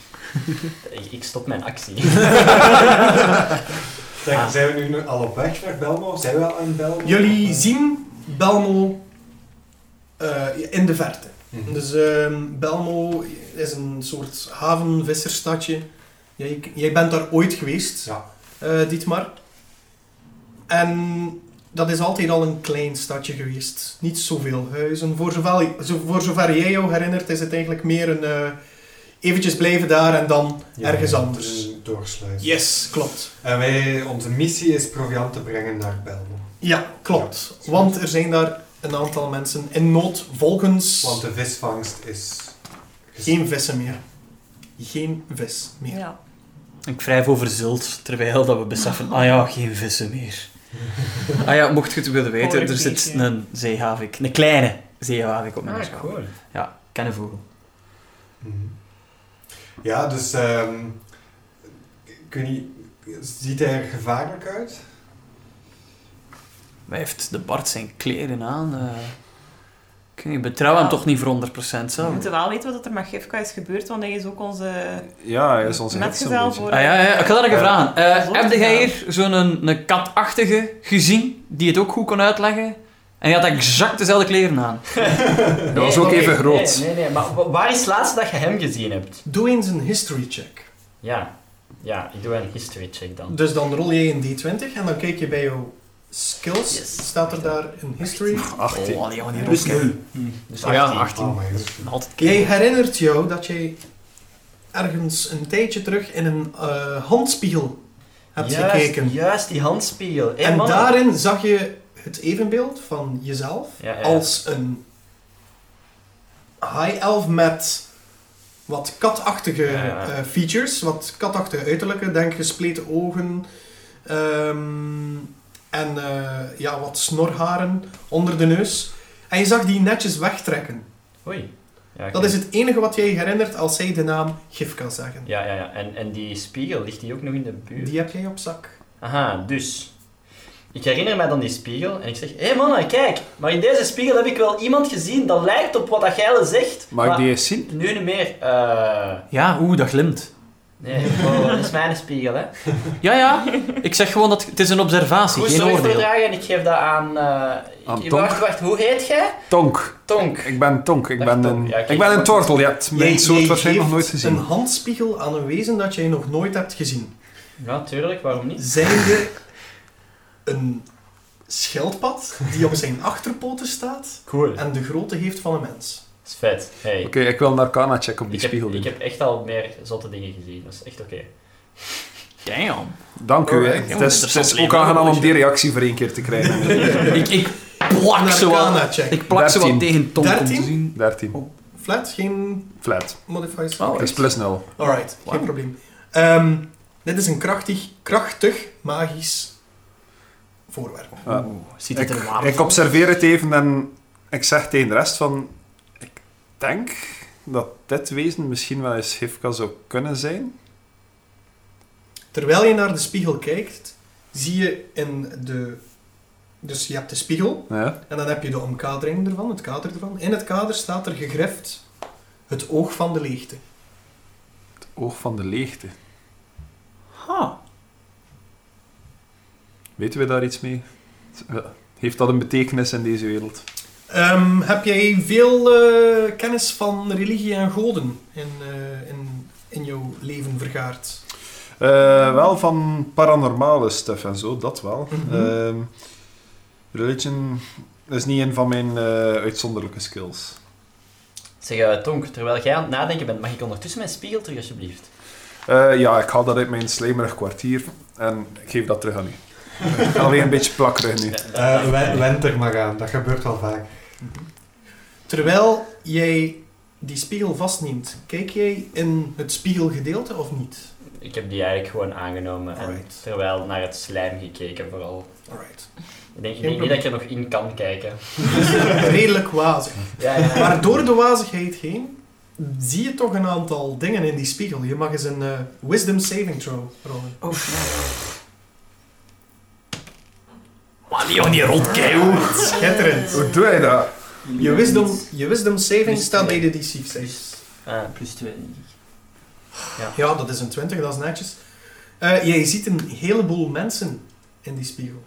Speaker 9: ik, ik stop mijn actie.
Speaker 4: Zeg,
Speaker 9: Ah.
Speaker 4: Zijn we nu nog al op weg naar Belmo? Zijn we al aan Belmo?
Speaker 1: Jullie
Speaker 4: Eh,
Speaker 1: zien Belmo eh, in de verte.
Speaker 4: mhm.
Speaker 1: Dus ehm, Belmo is een soort havenvisserstadje. Jij, jij bent daar ooit geweest,
Speaker 4: Ja.
Speaker 1: eh, Dietmar. En dat is altijd al een klein stadje geweest. Niet zoveel huizen. Voor zover, zo- voor zover jij jou herinnert, is het eigenlijk meer een... eh, eventjes blijven daar en dan
Speaker 4: Ja,
Speaker 1: ergens
Speaker 4: ja,
Speaker 1: anders.
Speaker 4: een Doorsluizen.
Speaker 1: Yes, klopt.
Speaker 4: En wij, onze missie is proviant te brengen naar Belmo.
Speaker 1: Ja, klopt. Want er zijn daar een aantal mensen in nood volgens...
Speaker 4: Want de visvangst is...
Speaker 1: Geen vissen meer. Geen vis meer.
Speaker 6: Ja.
Speaker 2: Ik wrijf over zilt, terwijl dat we beseffen, ah ja, geen vissen meer. Ah ja, mocht je het willen weten, er zit
Speaker 6: Oorlogbeestje.
Speaker 2: een zeehavik, een kleine zeehavik op mijn schouder.
Speaker 9: cool.
Speaker 2: Ja, kennen vogel.
Speaker 4: Mhm. Ja, dus... ehm ik weet niet... Ziet hij er gevaarlijk uit?
Speaker 2: Hij heeft de Bart zijn kleren aan. eh. ik weet niet, betrouw hem toch niet voor 100%
Speaker 6: We
Speaker 2: zelf.
Speaker 6: moeten wel weten wat er met Gifka is gebeurd, want hij is ook onze
Speaker 10: Ja, hij is onze gids een
Speaker 6: metgezel
Speaker 10: beetje.
Speaker 6: voor...
Speaker 2: Ah ja, ja, ik ga dat even
Speaker 10: Ja.
Speaker 2: vragen. Eh,
Speaker 6: Zo
Speaker 2: heb
Speaker 6: te
Speaker 2: jij
Speaker 6: gaan.
Speaker 2: hier zo'n een, katachtige gezien, die het ook goed kon uitleggen? En die had exact dezelfde kleren aan.
Speaker 10: Dat was ook
Speaker 9: Nee,
Speaker 10: even
Speaker 9: nee,
Speaker 10: groot.
Speaker 9: Nee, nee, nee, maar wa- waar is het laatste dat je hem gezien hebt?
Speaker 1: Doe eens een history check.
Speaker 9: Ja, ja ik doe een history check dan.
Speaker 1: Dus dan rol je een d20 en dan kijk je bij jouw skills.
Speaker 9: Yes.
Speaker 1: Staat er daar een history?
Speaker 10: 18.
Speaker 2: Oh, die gaan hier
Speaker 1: Dus
Speaker 2: ook, hè.
Speaker 1: nu.
Speaker 9: Dus
Speaker 2: Oh ja,
Speaker 9: 18.
Speaker 2: 18.
Speaker 4: Oh my god.
Speaker 2: Altijd
Speaker 1: Jij
Speaker 2: kleren.
Speaker 1: herinnert jou dat jij ergens een tijdje terug in een eh, handspiegel hebt
Speaker 9: Juist,
Speaker 1: gekeken.
Speaker 9: Juist, die handspiegel. Hey,
Speaker 1: en
Speaker 9: mannen.
Speaker 1: daarin zag je het evenbeeld van jezelf
Speaker 9: Ja, ja.
Speaker 1: als een high elf met wat katachtige
Speaker 9: Ja, ja.
Speaker 1: eh, features, wat katachtige uiterlijke, denk gespleten ogen ehm, en eh, ja, wat snorharen onder de neus. En je zag die netjes wegtrekken.
Speaker 9: Oei. Ja,
Speaker 1: Dat is het enige wat jij herinnert als zij de naam Gif kan zeggen.
Speaker 9: Ja, ja, ja. En, en die spiegel, ligt die ook nog in de buurt?
Speaker 1: Die heb jij op zak.
Speaker 9: Aha, dus. Ik herinner mij dan die spiegel en ik zeg, hé hey mannen, kijk, maar in deze spiegel heb ik wel iemand gezien dat lijkt op wat dat jij zegt.
Speaker 10: Mag ik die eens zien?
Speaker 9: Nu niet meer. eh
Speaker 8: Ja, oeh, dat glimt.
Speaker 9: nee, wow, dat is mijn spiegel, hè.
Speaker 8: Ja, ja. Ik zeg gewoon dat het is een observatie,
Speaker 9: Goed
Speaker 8: geen
Speaker 9: zorg voor
Speaker 8: oordeel.
Speaker 9: dragen en ik geef dat aan... eh
Speaker 10: Aan
Speaker 9: ik-
Speaker 10: Tonk.
Speaker 9: wacht, wacht, hoe heet jij?
Speaker 10: Tonk.
Speaker 9: Tonk.
Speaker 10: Ik ben Tonk. Ik
Speaker 9: Dag,
Speaker 10: ben
Speaker 9: Tonk.
Speaker 10: een,
Speaker 9: Ja, kijk,
Speaker 10: ik ben een
Speaker 9: maar-
Speaker 10: tortel. Je hebt mijn
Speaker 1: Jij-
Speaker 10: soort
Speaker 1: jij
Speaker 10: waarschijnlijk nog nooit
Speaker 1: geeft
Speaker 10: gezien.
Speaker 1: een handspiegel aan een wezen dat jij nog nooit hebt gezien.
Speaker 9: Ja, tuurlijk, waarom niet?
Speaker 1: Zijnde een schildpad die op zijn achterpoten staat
Speaker 9: Cool. Dat
Speaker 1: en de grootte heeft van een mens.
Speaker 9: is vet. Hey.
Speaker 10: Oké, ik wil een arcana check op die
Speaker 9: ik, heb,
Speaker 10: spiegel doen.
Speaker 9: ik heb echt al meer zotte dingen gezien, dat is echt oké.
Speaker 8: Damn.
Speaker 10: Dank
Speaker 9: Oh,
Speaker 10: u. hè.
Speaker 1: Alright.
Speaker 10: Het is, het is
Speaker 8: Interessant
Speaker 10: ook aangenaam om
Speaker 8: leven.
Speaker 10: die reactie voor één keer te krijgen.
Speaker 8: Ik, ik plak
Speaker 1: Een
Speaker 8: ze wel.
Speaker 1: arcana check.
Speaker 8: Ik plak ze wel
Speaker 10: 13.
Speaker 8: tegen Tom om te
Speaker 1: 13?
Speaker 8: zien.
Speaker 10: 13.
Speaker 9: Oh.
Speaker 1: Flat, geen
Speaker 10: Flat.
Speaker 1: modifiers.
Speaker 8: Oh,
Speaker 10: Dat is plus 0.
Speaker 1: Alright, geen probleem. Ehm, dit is een krachtig, krachtig magisch voorwerp.
Speaker 8: Ziet het
Speaker 10: Ik,
Speaker 8: er wapen
Speaker 10: ik observeer het even en ik zeg tegen de rest van... Ik denk dat dit wezen misschien wel eens Hifka zou kunnen zijn.
Speaker 1: Terwijl je naar de spiegel kijkt, zie je in de... Dus je hebt de spiegel,
Speaker 10: Ja.
Speaker 1: En dan heb je de omkadering ervan, het kader ervan. In het kader staat er gegrift het oog van de leegte.
Speaker 10: Het oog van de leegte.
Speaker 8: Ha.
Speaker 10: Weten we daar iets mee? Ja. Heeft dat een betekenis in deze wereld?
Speaker 1: Ehm, heb jij veel eh, kennis van religie en goden in, eh, in, in jouw leven vergaard?
Speaker 10: Eh, wel van paranormale stuff en zo, dat wel.
Speaker 1: Mhm.
Speaker 10: Ehm, religion is niet een van mijn eh, uitzonderlijke skills.
Speaker 9: Zeg, eh, Tonk, terwijl jij aan het nadenken bent, mag ik ondertussen mijn spiegel terug, alsjeblieft?
Speaker 10: Eh, ja, ik haal dat uit mijn slijmerig kwartier en ik geef dat terug aan u. Ik ga weer een beetje plakkerig nu.
Speaker 4: Eh, wen- wend er maar aan, dat gebeurt wel vaak.
Speaker 1: Terwijl jij die spiegel vastneemt, kijk jij in het spiegelgedeelte of niet?
Speaker 9: Ik heb die eigenlijk gewoon aangenomen en
Speaker 1: Alright.
Speaker 9: terwijl naar het slijm gekeken vooral.
Speaker 1: Alright.
Speaker 9: Ik denk, ik
Speaker 1: Geen
Speaker 9: denk niet dat ik er nog in kan kijken.
Speaker 1: Redelijk wazig.
Speaker 9: Ja, ja.
Speaker 1: Maar door de wazigheid heen zie je toch een aantal dingen in die spiegel. Je mag eens een eh, wisdom saving throw rollen.
Speaker 8: Maar die die rond
Speaker 1: Schitterend.
Speaker 10: Hoe doe jij dat?
Speaker 1: Je wisdom, je wisdom saving
Speaker 9: Plus
Speaker 1: staat bij
Speaker 9: twee.
Speaker 1: de DC saves.
Speaker 9: Ah, plus 2, denk ik.
Speaker 1: Ja, dat is een 20, dat is netjes. Eh, jij ziet een heleboel mensen in die spiegel.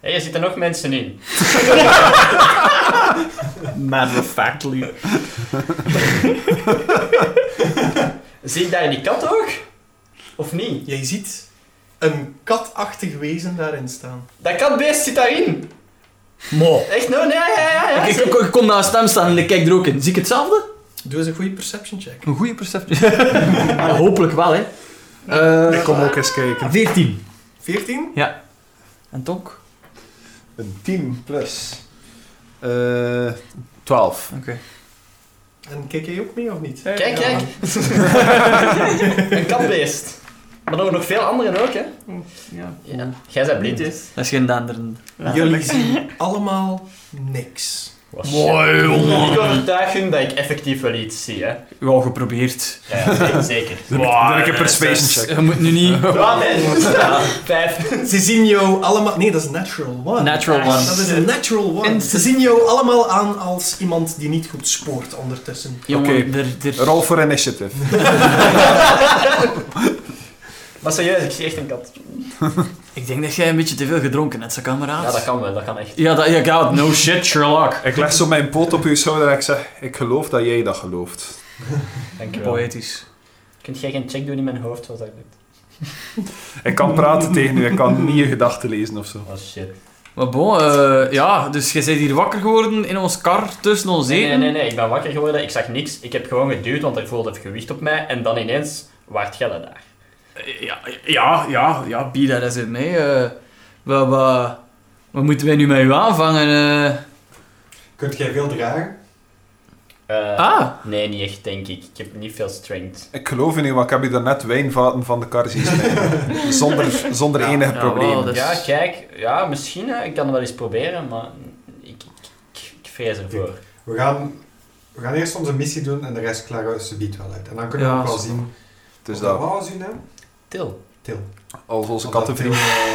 Speaker 9: Hé, er zitten nog mensen in.
Speaker 8: Matter of factly.
Speaker 9: Zie ik daar die kat ook? Of niet?
Speaker 1: Jij ziet een katachtig wezen daarin staan.
Speaker 9: Dat katbeest zit daarin!
Speaker 8: Mo.
Speaker 9: Echt nou? Nee, ja, ja, ja.
Speaker 8: Ik, ik- ik kom naast hem staan en ik kijk er ook in. Zie ik hetzelfde?
Speaker 1: Doe eens een goede perception check.
Speaker 8: Een goede perceptie. Maar hopelijk wel, hè.
Speaker 10: Ik kom ook eens kijken.
Speaker 8: 14.
Speaker 1: 14?
Speaker 8: En Tonk?
Speaker 10: Een 10 plus. Eh 12.
Speaker 1: En kijk jij ook mee of niet?
Speaker 9: Kijk, kijk. een katbeest. Maar er waren nog veel anderen ook, hè?
Speaker 8: Ja.
Speaker 9: Ja. Jij bent blind, dus.
Speaker 8: Dat is geen danderende.
Speaker 1: Jullie zien allemaal niks.
Speaker 9: Mooi, jongen. Ik overtuig hun dat ik effectief wel iets zie, hè.
Speaker 8: Wel geprobeerd.
Speaker 9: Ja, ja, zeker.
Speaker 10: Dan ik een persuasion check.
Speaker 8: Je moet nu niet...
Speaker 9: Wat, hè? Vijf.
Speaker 1: Ze zien jou allemaal... Nee, dat is natural one.
Speaker 8: Natural one.
Speaker 1: dat is een natural one. Ze zien jou allemaal aan als iemand die niet goed spoort ondertussen.
Speaker 8: Jongen, er, er...
Speaker 10: Rol voor initiative.
Speaker 9: Maar serieus, ik zie echt een kat.
Speaker 8: Ik denk dat jij een beetje te veel gedronken hebt, zijn kameraad.
Speaker 9: Ja, dat kan wel, dat kan echt.
Speaker 8: Ja, dat... Ja, God, no shit, Sherlock.
Speaker 10: Ik leg zo mijn poot op uw schouder en ik zeg, ik geloof dat jij dat gelooft.
Speaker 9: Dankjewel.
Speaker 8: Poëtisch.
Speaker 9: Kunt jij geen check doen in mijn hoofd, zoals dat ik doe?
Speaker 10: Ik kan praten tegen u, ik kan niet je gedachten lezen of zo.
Speaker 9: Oh shit.
Speaker 8: Maar bon, eh, ja, dus jij bent hier wakker geworden in ons kar tussen ons
Speaker 9: Nee, mm.
Speaker 8: eten.
Speaker 9: nee, nee, nee, ik ben wakker geworden, ik zag niks. Ik heb gewoon geduwd, want er voelde het gewicht op mij. En dan ineens waart Gelle daar.
Speaker 8: Ja, ja, ja, ja, be that as it may. eh, wat, wat, wat moeten wij nu met u aanvangen? eh?
Speaker 4: Kunt jij veel dragen?
Speaker 9: Eh, Eh,
Speaker 8: Ah.
Speaker 9: Nee, niet echt, denk ik. Ik heb niet veel strength.
Speaker 10: Ik geloof in u, want ik heb u daarnet wijnvaten van de kar zien springen. zonder zonder
Speaker 9: Ja. dus-
Speaker 10: enige probleem.
Speaker 9: Ja, kijk. Ja, misschien. hè. Ik kan het wel eens proberen, maar ik, ik, ik, ik vrees ervoor.
Speaker 4: We gaan, we gaan eerst onze missie doen en de rest klaren we subiet wel uit. En dan kunnen we
Speaker 9: Ja,
Speaker 4: ook wel
Speaker 9: zo.
Speaker 4: zien...
Speaker 10: Dus
Speaker 4: Wat
Speaker 10: dat-
Speaker 4: was uw naam?
Speaker 9: Til.
Speaker 4: Til.
Speaker 10: Als onze
Speaker 4: Of dat
Speaker 10: kattenvriend.
Speaker 4: Til, eh,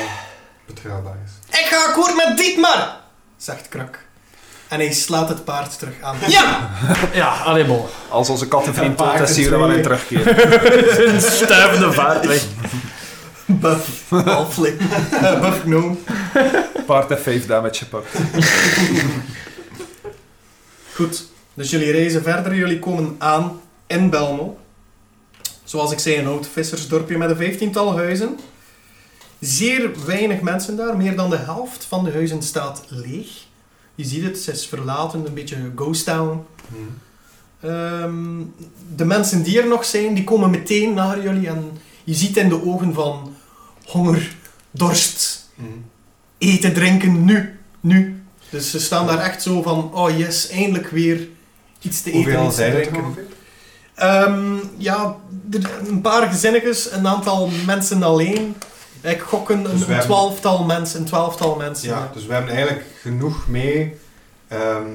Speaker 4: betrouwbaar is.
Speaker 1: Ik ga akkoord met Dietmar, zegt Krak. En hij slaat het paard terug aan. Ja!
Speaker 8: Ja, allee, bon.
Speaker 10: Als onze kattenvriend
Speaker 1: Ja,
Speaker 10: dood is,
Speaker 1: paarden
Speaker 10: zien we er wel
Speaker 1: twee.
Speaker 10: in terugkeren.
Speaker 8: Een stuivende vaart weg.
Speaker 1: Buff. Halfling. Eh, Buff gnome.
Speaker 10: Paard heeft 5 damage gepakt.
Speaker 1: Goed, dus jullie reizen verder. Jullie komen aan in Belmo. Zoals ik zei, een oud vissersdorpje met een vijftiental huizen. Zeer weinig mensen daar. Meer dan de helft van de huizen staat leeg. Je ziet het, ze is verlaten, een beetje ghost town. Mm. Ehm, de mensen die er nog zijn, die komen meteen naar jullie en je ziet in de ogen van honger, dorst, eten, drinken, nu, nu. Dus ze staan daar echt zo van, oh yes, eindelijk weer iets te eten,
Speaker 4: Hoeveel
Speaker 1: iets te
Speaker 4: zijn het er
Speaker 1: drinken.
Speaker 4: ongeveer?
Speaker 1: Ehm, ja, er- een paar gezinnetjes, een aantal mensen alleen. Ik gok een,
Speaker 4: Dus
Speaker 1: een
Speaker 4: wij hebben-
Speaker 1: twaalftal mensen, een twaalftal mensen.
Speaker 4: Ja, dus we hebben eigenlijk genoeg mee. ehm,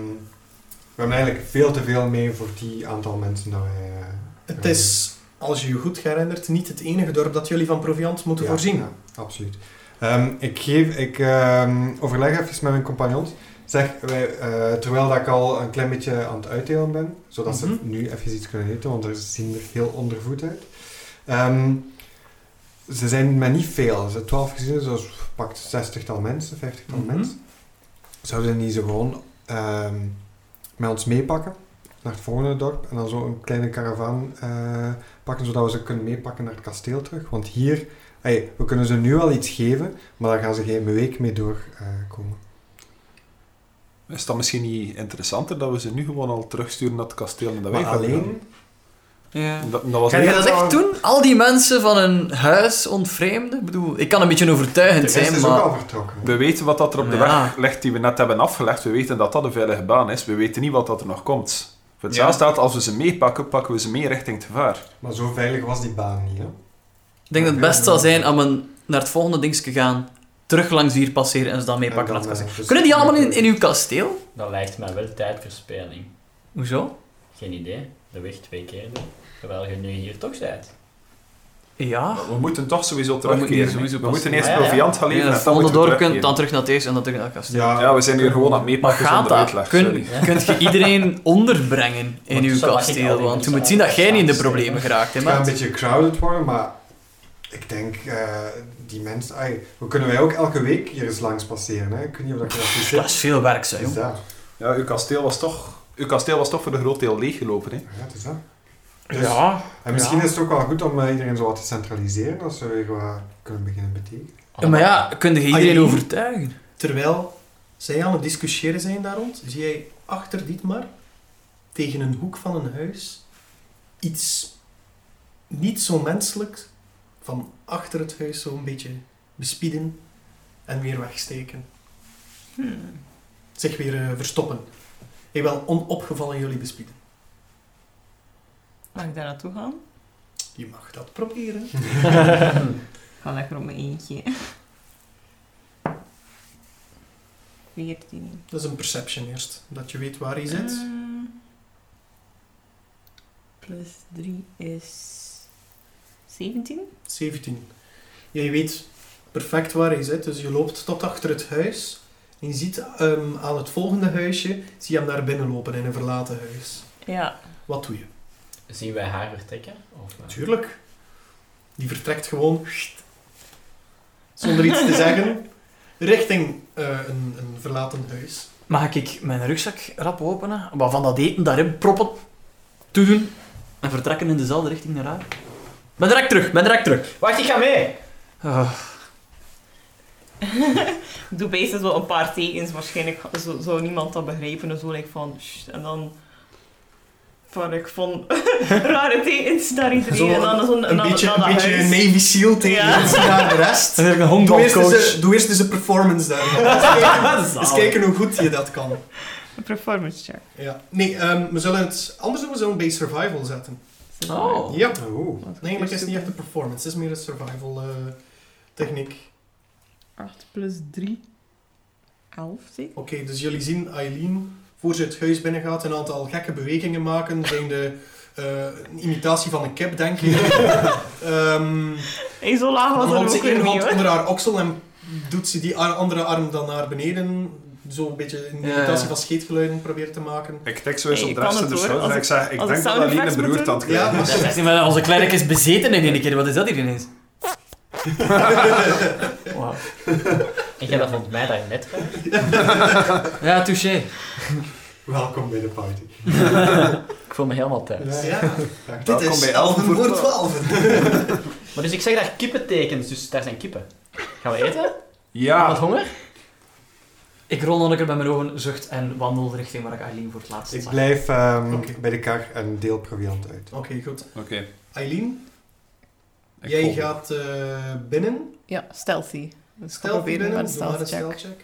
Speaker 4: we hebben eigenlijk veel te veel mee voor die aantal mensen dat wij... eh,
Speaker 1: Het is, als je je goed herinnert, niet het enige dorp dat jullie van proviant moeten
Speaker 4: Ja,
Speaker 1: voorzien.
Speaker 4: ja, absoluut. Ehm, ik geef, ik ehm, overleg even met mijn compagnons. Zeg, wij, eh, terwijl dat ik al een klein beetje aan het uitdelen ben,
Speaker 1: Mhm.
Speaker 4: zodat ze nu even iets kunnen eten, want er zien er heel ondervoed uit. Ehm, ze zijn met niet veel. Ze 12 gezinnen, zoals pakt 60 tal mensen, 50 tal
Speaker 1: Mhm.
Speaker 4: mensen. Zouden ze niet zo gewoon ehm, met ons meepakken naar het volgende dorp en dan zo een kleine karavaan eh, pakken, zodat we ze kunnen meepakken naar het kasteel terug? Want hier, ey, we kunnen ze nu al iets geven, maar daar gaan ze geen week mee doorkomen.
Speaker 10: Is dat misschien niet interessanter dat we ze nu gewoon al terugsturen naar het kasteel en dat wij
Speaker 4: maar
Speaker 10: gaan
Speaker 4: alleen,
Speaker 8: Ja.
Speaker 10: doen? Dat, dat was
Speaker 8: Ga je
Speaker 10: niet-
Speaker 8: dat echt doen? Al die mensen van een huis ontvreemden? Ik bedoel, ik kan een beetje overtuigend
Speaker 4: de rest
Speaker 8: zijn,
Speaker 4: is
Speaker 8: maar...
Speaker 4: ook al vertrokken.
Speaker 10: We weten wat dat er op de
Speaker 8: Ja.
Speaker 10: weg ligt die we net hebben afgelegd. We weten dat dat een veilige baan is. We weten niet wat dat er nog komt. Voor het
Speaker 9: Ja.
Speaker 10: staat, als we ze meepakken, pakken we ze mee richting het gevaar.
Speaker 4: Maar zo veilig was die baan niet, hè?
Speaker 8: Ik denk dat het best zou zijn om een, naar het volgende dingetje gaan, terug langs hier passeren en ze dan
Speaker 4: En
Speaker 8: meepakken
Speaker 4: dan,
Speaker 8: naar het kasteel.
Speaker 4: eh, dus-
Speaker 8: Kunnen die allemaal in, in uw kasteel?
Speaker 9: Dat lijkt mij wel tijdverspilling.
Speaker 8: Hoezo?
Speaker 9: Geen idee. De weg twee keer doen. Terwijl je nu hier toch bent.
Speaker 8: Ja.
Speaker 10: Oh. We moeten toch sowieso
Speaker 8: moeten hier
Speaker 10: terugkeren.
Speaker 8: sowieso
Speaker 10: we moeten
Speaker 8: passen.
Speaker 10: eerst
Speaker 9: Ja, ja.
Speaker 10: proviant gaan
Speaker 8: Nee,
Speaker 10: leveren
Speaker 8: naar het
Speaker 10: en
Speaker 8: volgende
Speaker 10: dan moeten we
Speaker 8: dorp, kunt,
Speaker 10: terugkeren.
Speaker 8: dan terug naar het eerst en dan terug naar het kasteel.
Speaker 10: Ja, we zijn hier gewoon aan het
Speaker 8: Maar
Speaker 10: meepakken
Speaker 8: gaat
Speaker 10: zonder
Speaker 8: dat?
Speaker 10: uitleg.
Speaker 8: Kun,
Speaker 10: sorry.
Speaker 8: kunt je iedereen onderbrengen in
Speaker 9: Want
Speaker 8: uw
Speaker 9: zo lag ik al
Speaker 8: kasteel?
Speaker 9: in
Speaker 8: Want
Speaker 9: de
Speaker 8: je moet zien dat jij niet in de
Speaker 9: zaal.
Speaker 8: problemen geraakt, hè,
Speaker 4: Het gaat een
Speaker 8: maat?
Speaker 4: beetje crowded worden, maar ik denk, eh, die mensen... ai, we kunnen wij ook elke week hier eens langs passeren, hè? Ik weet niet of dat je dat ziet.
Speaker 8: Dat is veel werk,
Speaker 4: Het
Speaker 8: zeg,
Speaker 4: is
Speaker 8: jong.
Speaker 4: dat.
Speaker 10: Ja, uw kasteel was toch... Uw kasteel was toch voor een groot deel leeggelopen, hè?
Speaker 4: Ja, het is dat. Dus- En misschien
Speaker 8: Ja.
Speaker 4: is het ook wel goed om eh, iedereen zo wat te centraliseren, als we weer wat kunnen beginnen betekenen.
Speaker 8: Ja, Maar ja, kun je iedereen
Speaker 1: Alleen-
Speaker 8: overtuigen?
Speaker 1: Terwijl zij aan het discussiëren zijn daar rond, zie jij achter Dietmar, tegen een hoek van een huis, iets niet zo menselijk van achter het huis zo'n beetje bespieden en weer wegsteken. Zich weer eh, verstoppen. Ik wil onopgevallen jullie bespieden.
Speaker 6: Mag ik daar naartoe gaan?
Speaker 1: Je mag dat proberen.
Speaker 6: Ik ga lekker op mijn eentje. 14.
Speaker 1: Dat is een perception eerst, dat je weet waar je zit.
Speaker 6: Ehm, plus 3 is 17.
Speaker 1: 17. Jij weet perfect waar je zit, dus je loopt tot achter het huis. En je ziet ehm, aan het volgende huisje, zie je hem naar binnen lopen in een verlaten huis.
Speaker 6: Ja.
Speaker 1: Wat doe je?
Speaker 9: Zien wij haar vertrekken? Of, eh?
Speaker 1: Tuurlijk. Die vertrekt gewoon, zonder iets te zeggen, richting eh, een, een verlaten huis.
Speaker 8: Mag ik mijn rugzak rap openen, wat van dat eten daarin proppen, toedoen en vertrekken in dezelfde richting naar haar? Ben direct terug, ben direct terug.
Speaker 9: Wacht, ik ga mee!
Speaker 8: Ah,
Speaker 6: Ik doe meestal zo een paar tekens. Waarschijnlijk zo- zou niemand dat begrijpen. Dus zo like van... "Sst," en dan... Van, ik van rare tekens naar iedereen.
Speaker 1: Zo
Speaker 6: en dan zo'n...
Speaker 1: Een
Speaker 6: naar-
Speaker 1: beetje,
Speaker 6: naar
Speaker 1: een
Speaker 6: dat
Speaker 1: beetje
Speaker 6: huis.
Speaker 1: Navy SEAL tegen
Speaker 6: Ja.
Speaker 1: mensen naar de rest.
Speaker 8: dan heb ik een
Speaker 1: Doe eerst,
Speaker 8: honkbalcoach.
Speaker 1: eens, een- doe eerst eens een performance daar. Eens kijken- eens kijken hoe goed je dat kan.
Speaker 6: Een performance check.
Speaker 1: Ja. Nee, ehm, we zullen het anders doen. We zullen bij survival zetten.
Speaker 8: Oh.
Speaker 1: Ja.
Speaker 4: Oeh.
Speaker 1: Nee, maar het is niet echt een performance. Het is meer een survival eh, techniek.
Speaker 6: 8 plus 3. 11 zeker?
Speaker 1: Oké, dus jullie zien Eileen voor ze het huis binnengaat een aantal gekke bewegingen maken. Zijn de eh, een imitatie van een kip, denk ik. Ehm
Speaker 6: Hey, zo laag was
Speaker 1: houdt
Speaker 6: er
Speaker 1: ze
Speaker 6: Oh, ook weer
Speaker 1: één
Speaker 6: niet
Speaker 1: hand
Speaker 6: hoor.
Speaker 1: onder haar oksel en doet ze die ar- andere arm dan naar beneden. Zo'n beetje een
Speaker 8: Ja.
Speaker 1: imitatie van scheetgeluiden proberen te maken.
Speaker 10: Ik tik zo eens
Speaker 6: Hey,
Speaker 10: op de
Speaker 6: kan
Speaker 10: rest
Speaker 6: het
Speaker 10: in de
Speaker 6: hoor,
Speaker 10: schouder
Speaker 6: als
Speaker 10: en ik
Speaker 6: ik-
Speaker 10: zeg, ik
Speaker 6: als
Speaker 10: denk
Speaker 6: ik
Speaker 10: dat
Speaker 6: sound
Speaker 10: Aline
Speaker 6: effects moet
Speaker 10: broert
Speaker 6: doen.
Speaker 10: aan het
Speaker 1: Ja,
Speaker 10: krijgen
Speaker 1: maar
Speaker 10: is.
Speaker 1: ze-
Speaker 8: Maar onze klerk is bezeten in één keer. Wat is dat hier ineens? Wauw.
Speaker 9: En jij dat vond mij daar net van?
Speaker 8: Ja, touché.
Speaker 4: Welkom bij de party.
Speaker 9: Ik voel me helemaal thuis.
Speaker 1: Ja, dit
Speaker 10: Welkom
Speaker 1: is
Speaker 10: bij Elven
Speaker 1: elfen
Speaker 10: voor
Speaker 1: voor twaalf.
Speaker 9: Maar dus ik zeg daar kippentekens, dus daar zijn kippen. Gaan we eten? Wat
Speaker 10: Ja,
Speaker 9: honger?
Speaker 8: Ik rol nog een keer bij mijn ogen, zucht en wandel richting waar ik Eileen voor het laatst
Speaker 4: Ik
Speaker 8: zag.
Speaker 4: blijf ehm,
Speaker 1: Oké.
Speaker 4: bij de kar en deel proviant uit.
Speaker 1: Oké, goed.
Speaker 10: oké.
Speaker 1: Eileen,
Speaker 10: Ik
Speaker 1: jij
Speaker 10: volg.
Speaker 1: gaat eh, binnen.
Speaker 6: Ja, stealthy. Dus ik ga
Speaker 1: Stel
Speaker 6: proberen
Speaker 1: binnen,
Speaker 6: met een
Speaker 1: doe maar
Speaker 6: stealth
Speaker 1: een
Speaker 6: check.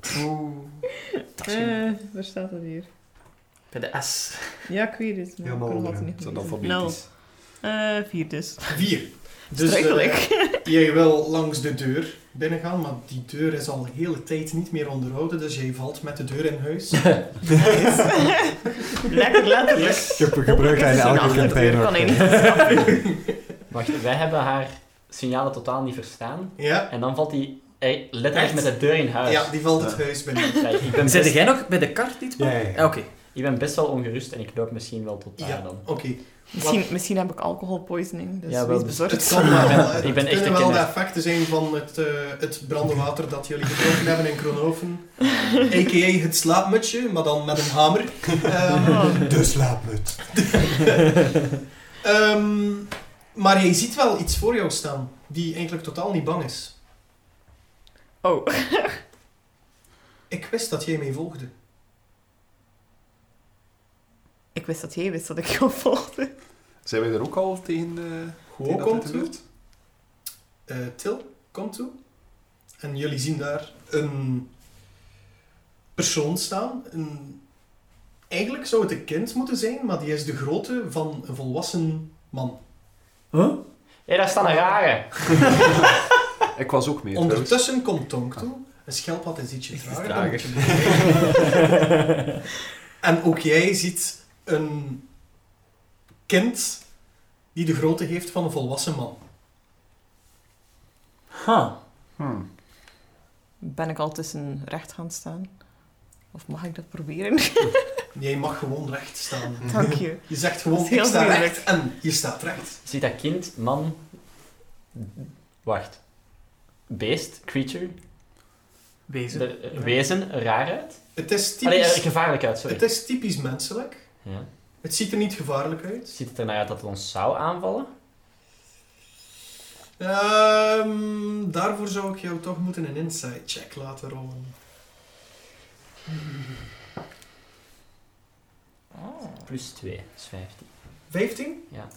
Speaker 1: stelcheck.
Speaker 6: Eh, waar staat dat hier?
Speaker 8: Bij de S.
Speaker 6: Ja, ik weet het. Maar
Speaker 4: Helemaal
Speaker 6: ik kan het
Speaker 4: onderaan.
Speaker 6: niet
Speaker 10: Dat
Speaker 6: lezen.
Speaker 10: alfabetisch.
Speaker 6: Nou, eh, vier dus.
Speaker 1: Vier. Dus eh,
Speaker 6: Struikel
Speaker 1: jij wil langs de deur binnengaan, maar die deur is al de hele tijd niet meer onderhouden, dus jij valt met de deur in huis.
Speaker 6: Lekker letterlijk.
Speaker 4: Je hebt gebruikt aan elke
Speaker 6: Ik kan hij
Speaker 4: campaign.
Speaker 6: niet.
Speaker 9: Wacht, wij hebben haar signalen totaal niet verstaan.
Speaker 1: ja?
Speaker 9: En dan valt hij eh, letterlijk
Speaker 1: Echt?
Speaker 9: met de deur in huis.
Speaker 1: ja, die valt het huis binnen.
Speaker 9: Ja, ik, ben
Speaker 8: Zit
Speaker 9: best,
Speaker 8: jij nog bij de kart iets?
Speaker 4: Ja, ja, ja.
Speaker 8: Ah, Oké.
Speaker 9: ik ben best wel ongerust en ik loop misschien wel tot daar
Speaker 1: Ja,
Speaker 9: dan.
Speaker 1: oké.
Speaker 6: Misschien, misschien heb ik alcohol poisoning, dus
Speaker 9: Ja, wel,
Speaker 6: wees
Speaker 9: dus-
Speaker 6: bezorgd.
Speaker 1: Het kan wel. het
Speaker 9: ben echt een
Speaker 1: kunnen wel de
Speaker 9: kenner.
Speaker 1: effecten zijn van het, eh het brandende water dat jullie gedronken hebben in Kronoven. A.k.a. het slaapmutsje, maar dan met een hamer. Ehm,
Speaker 4: De slaapmut.
Speaker 1: Ehm, maar jij ziet wel iets voor jou staan, die eigenlijk totaal niet bang is.
Speaker 6: Oh.
Speaker 1: Ik wist dat jij mij volgde.
Speaker 6: Ik wist dat jij wist dat ik jou volgde.
Speaker 10: Zijn wij er ook al tegen, eh
Speaker 1: Hoe
Speaker 10: tegen dat
Speaker 1: komt
Speaker 10: dit
Speaker 1: toe?
Speaker 10: gebeurt?
Speaker 1: Eh, Til, kom toe. En jullie zien daar een persoon staan. Een... Eigenlijk zou het een kind moeten zijn, maar die is de grootte van een volwassen man.
Speaker 9: Hé, daar staan een rare.
Speaker 10: Ik was ook mee trouwens.
Speaker 1: Ondertussen komt Tonk toe. Een schelpad is ietsje trager. dan moet je bewegen. en ook jij ziet een kind die de grootte heeft van een volwassen man.
Speaker 8: Ha.
Speaker 10: Hmm.
Speaker 6: Ben ik al tussen recht gaan staan? Of mag ik dat proberen?
Speaker 1: Jij mag gewoon recht staan.
Speaker 6: Dank je.
Speaker 1: Je zegt
Speaker 6: Dat
Speaker 1: gewoon,
Speaker 6: is heel
Speaker 1: ik sta
Speaker 6: moeilijk.
Speaker 1: recht en je staat recht.
Speaker 9: Ziet dat kind, man... Wacht. Beest, creature,
Speaker 8: Wezen.
Speaker 9: de- eh, wezen, raar uit?
Speaker 1: Het is
Speaker 9: Allee,
Speaker 1: typisch,
Speaker 9: eh, gevaarlijk uit, sorry.
Speaker 1: het is typisch menselijk.
Speaker 9: Ja.
Speaker 1: Het ziet er niet gevaarlijk uit.
Speaker 9: Ziet het ernaar uit dat het ons zou aanvallen?
Speaker 1: Ehm, daarvoor zou ik jou toch moeten een inside check laten rollen.
Speaker 9: Plus 2, is 15.
Speaker 1: 15?
Speaker 9: Ja.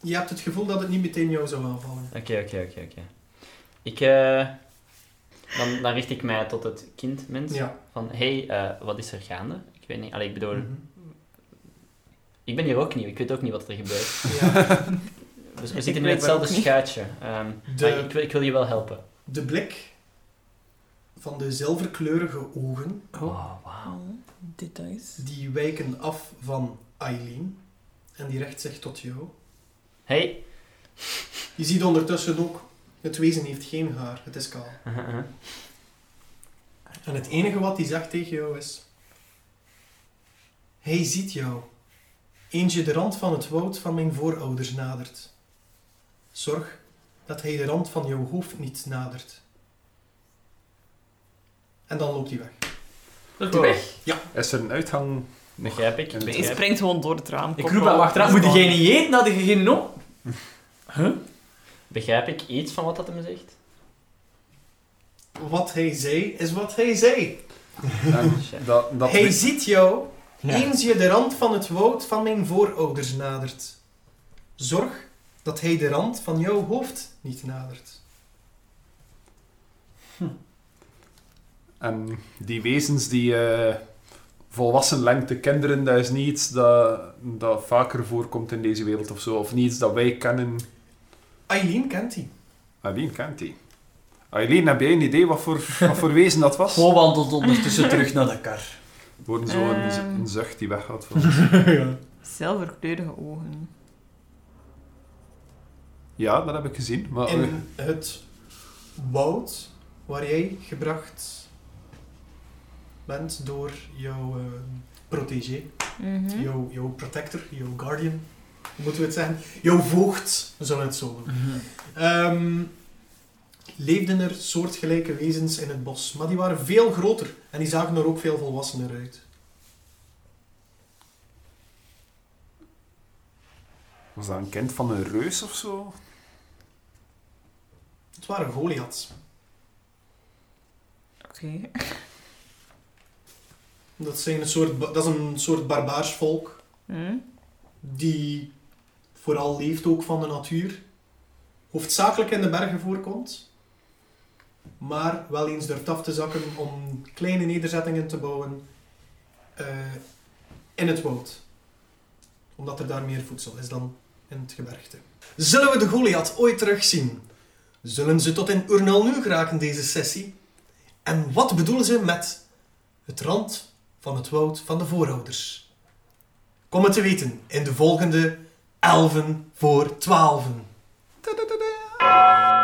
Speaker 1: Je hebt het gevoel dat het niet meteen jou zou aanvallen.
Speaker 9: Oké, oké, oké, oké. Ik, eh, dan, dan richt ik mij tot het kind, mens.
Speaker 1: Ja.
Speaker 9: Van, hé, hey, eh, wat is er gaande? Ik weet niet, allee, ik bedoel,
Speaker 1: Mhm.
Speaker 9: ik ben hier ook nieuw, ik weet ook niet wat er gebeurt.
Speaker 1: Ja.
Speaker 9: We, we
Speaker 6: Ik
Speaker 9: zitten in
Speaker 6: weet
Speaker 9: hetzelfde
Speaker 6: ook niet.
Speaker 9: schuitje. Ehm,
Speaker 1: De-
Speaker 9: maar ik, wil- ik wil je wel helpen.
Speaker 1: De blik van de zilverkleurige ogen,
Speaker 8: Oh.
Speaker 9: Oh, wauw.
Speaker 6: details.
Speaker 1: die wijken af van Eileen. En die richt zich tot jou.
Speaker 9: Hey.
Speaker 1: Je ziet ondertussen ook, het wezen heeft geen haar, het is kaal. En het enige wat hij zegt tegen jou is... Hij ziet jou. Eens je de rand van het woud van mijn voorouders nadert. Zorg dat hij de rand van jouw hoofd niet nadert. En dan loopt hij weg.
Speaker 8: Loopt hij weg?
Speaker 10: Is er een uitgang?
Speaker 9: Begrijp ik.
Speaker 10: Een
Speaker 6: Je
Speaker 9: Begrijp. ik.
Speaker 6: springt gewoon door het raam.
Speaker 8: Ik
Speaker 6: kop
Speaker 8: roep hem
Speaker 6: wel.
Speaker 8: achteraf. Moet jij niet eten? Had je geen no?
Speaker 9: Begrijp ik iets van wat dat hem zegt?
Speaker 1: Wat hij zei, is wat hij zei.
Speaker 10: En dat, dat
Speaker 1: hij
Speaker 10: we-
Speaker 1: ziet jou
Speaker 9: Ja.
Speaker 1: eens je de rand van het woud van mijn voorouders nadert. Zorg dat hij de rand van jouw hoofd niet nadert.
Speaker 10: En die wezens die eh, volwassen lengte kinderen, dat is niet iets dat, dat vaker voorkomt in deze wereld of zo. Of niet iets dat wij kennen.
Speaker 1: Aileen kent die.
Speaker 10: Aileen kent die. Aileen, heb jij een idee wat voor, wat voor wezen dat was?
Speaker 8: Gewoon wandelt ondertussen terug naar de kar.
Speaker 10: We horen zo een, z-
Speaker 6: Ehm.
Speaker 10: een zucht die weggaat van ons.
Speaker 6: Zilverkleurige ogen.
Speaker 10: Ja, dat heb ik gezien. Maar
Speaker 1: In het woud waar jij gebracht bent door jouw eh, protégé,
Speaker 6: Mhm.
Speaker 1: jouw, jouw protector, jouw guardian, hoe moeten we het zeggen? Jouw voogd, zullen we het zo noemen. Ehm, leefden er soortgelijke wezens in het bos, maar die waren veel groter en die zagen er ook veel volwassener uit.
Speaker 10: was dat een kind van een reus of zo?
Speaker 1: Het waren Goliaths.
Speaker 6: Oké.
Speaker 1: Dat, zijn een soort, ba- dat is een soort barbaars volk
Speaker 6: Hm?
Speaker 1: die vooral leeft ook van de natuur. Hoofdzakelijk in de bergen voorkomt, maar wel eens durft af te zakken om kleine nederzettingen te bouwen eh, in het woud. Omdat er daar meer voedsel is dan in het gebergte. Zullen we de Goliath ooit terugzien? Zullen ze tot in Urnel nu geraken deze sessie? En wat bedoelen ze met het rand van het woud van de voorouders? Kom het te weten in de volgende Elven voor Twaalfen.
Speaker 10: Tadadada.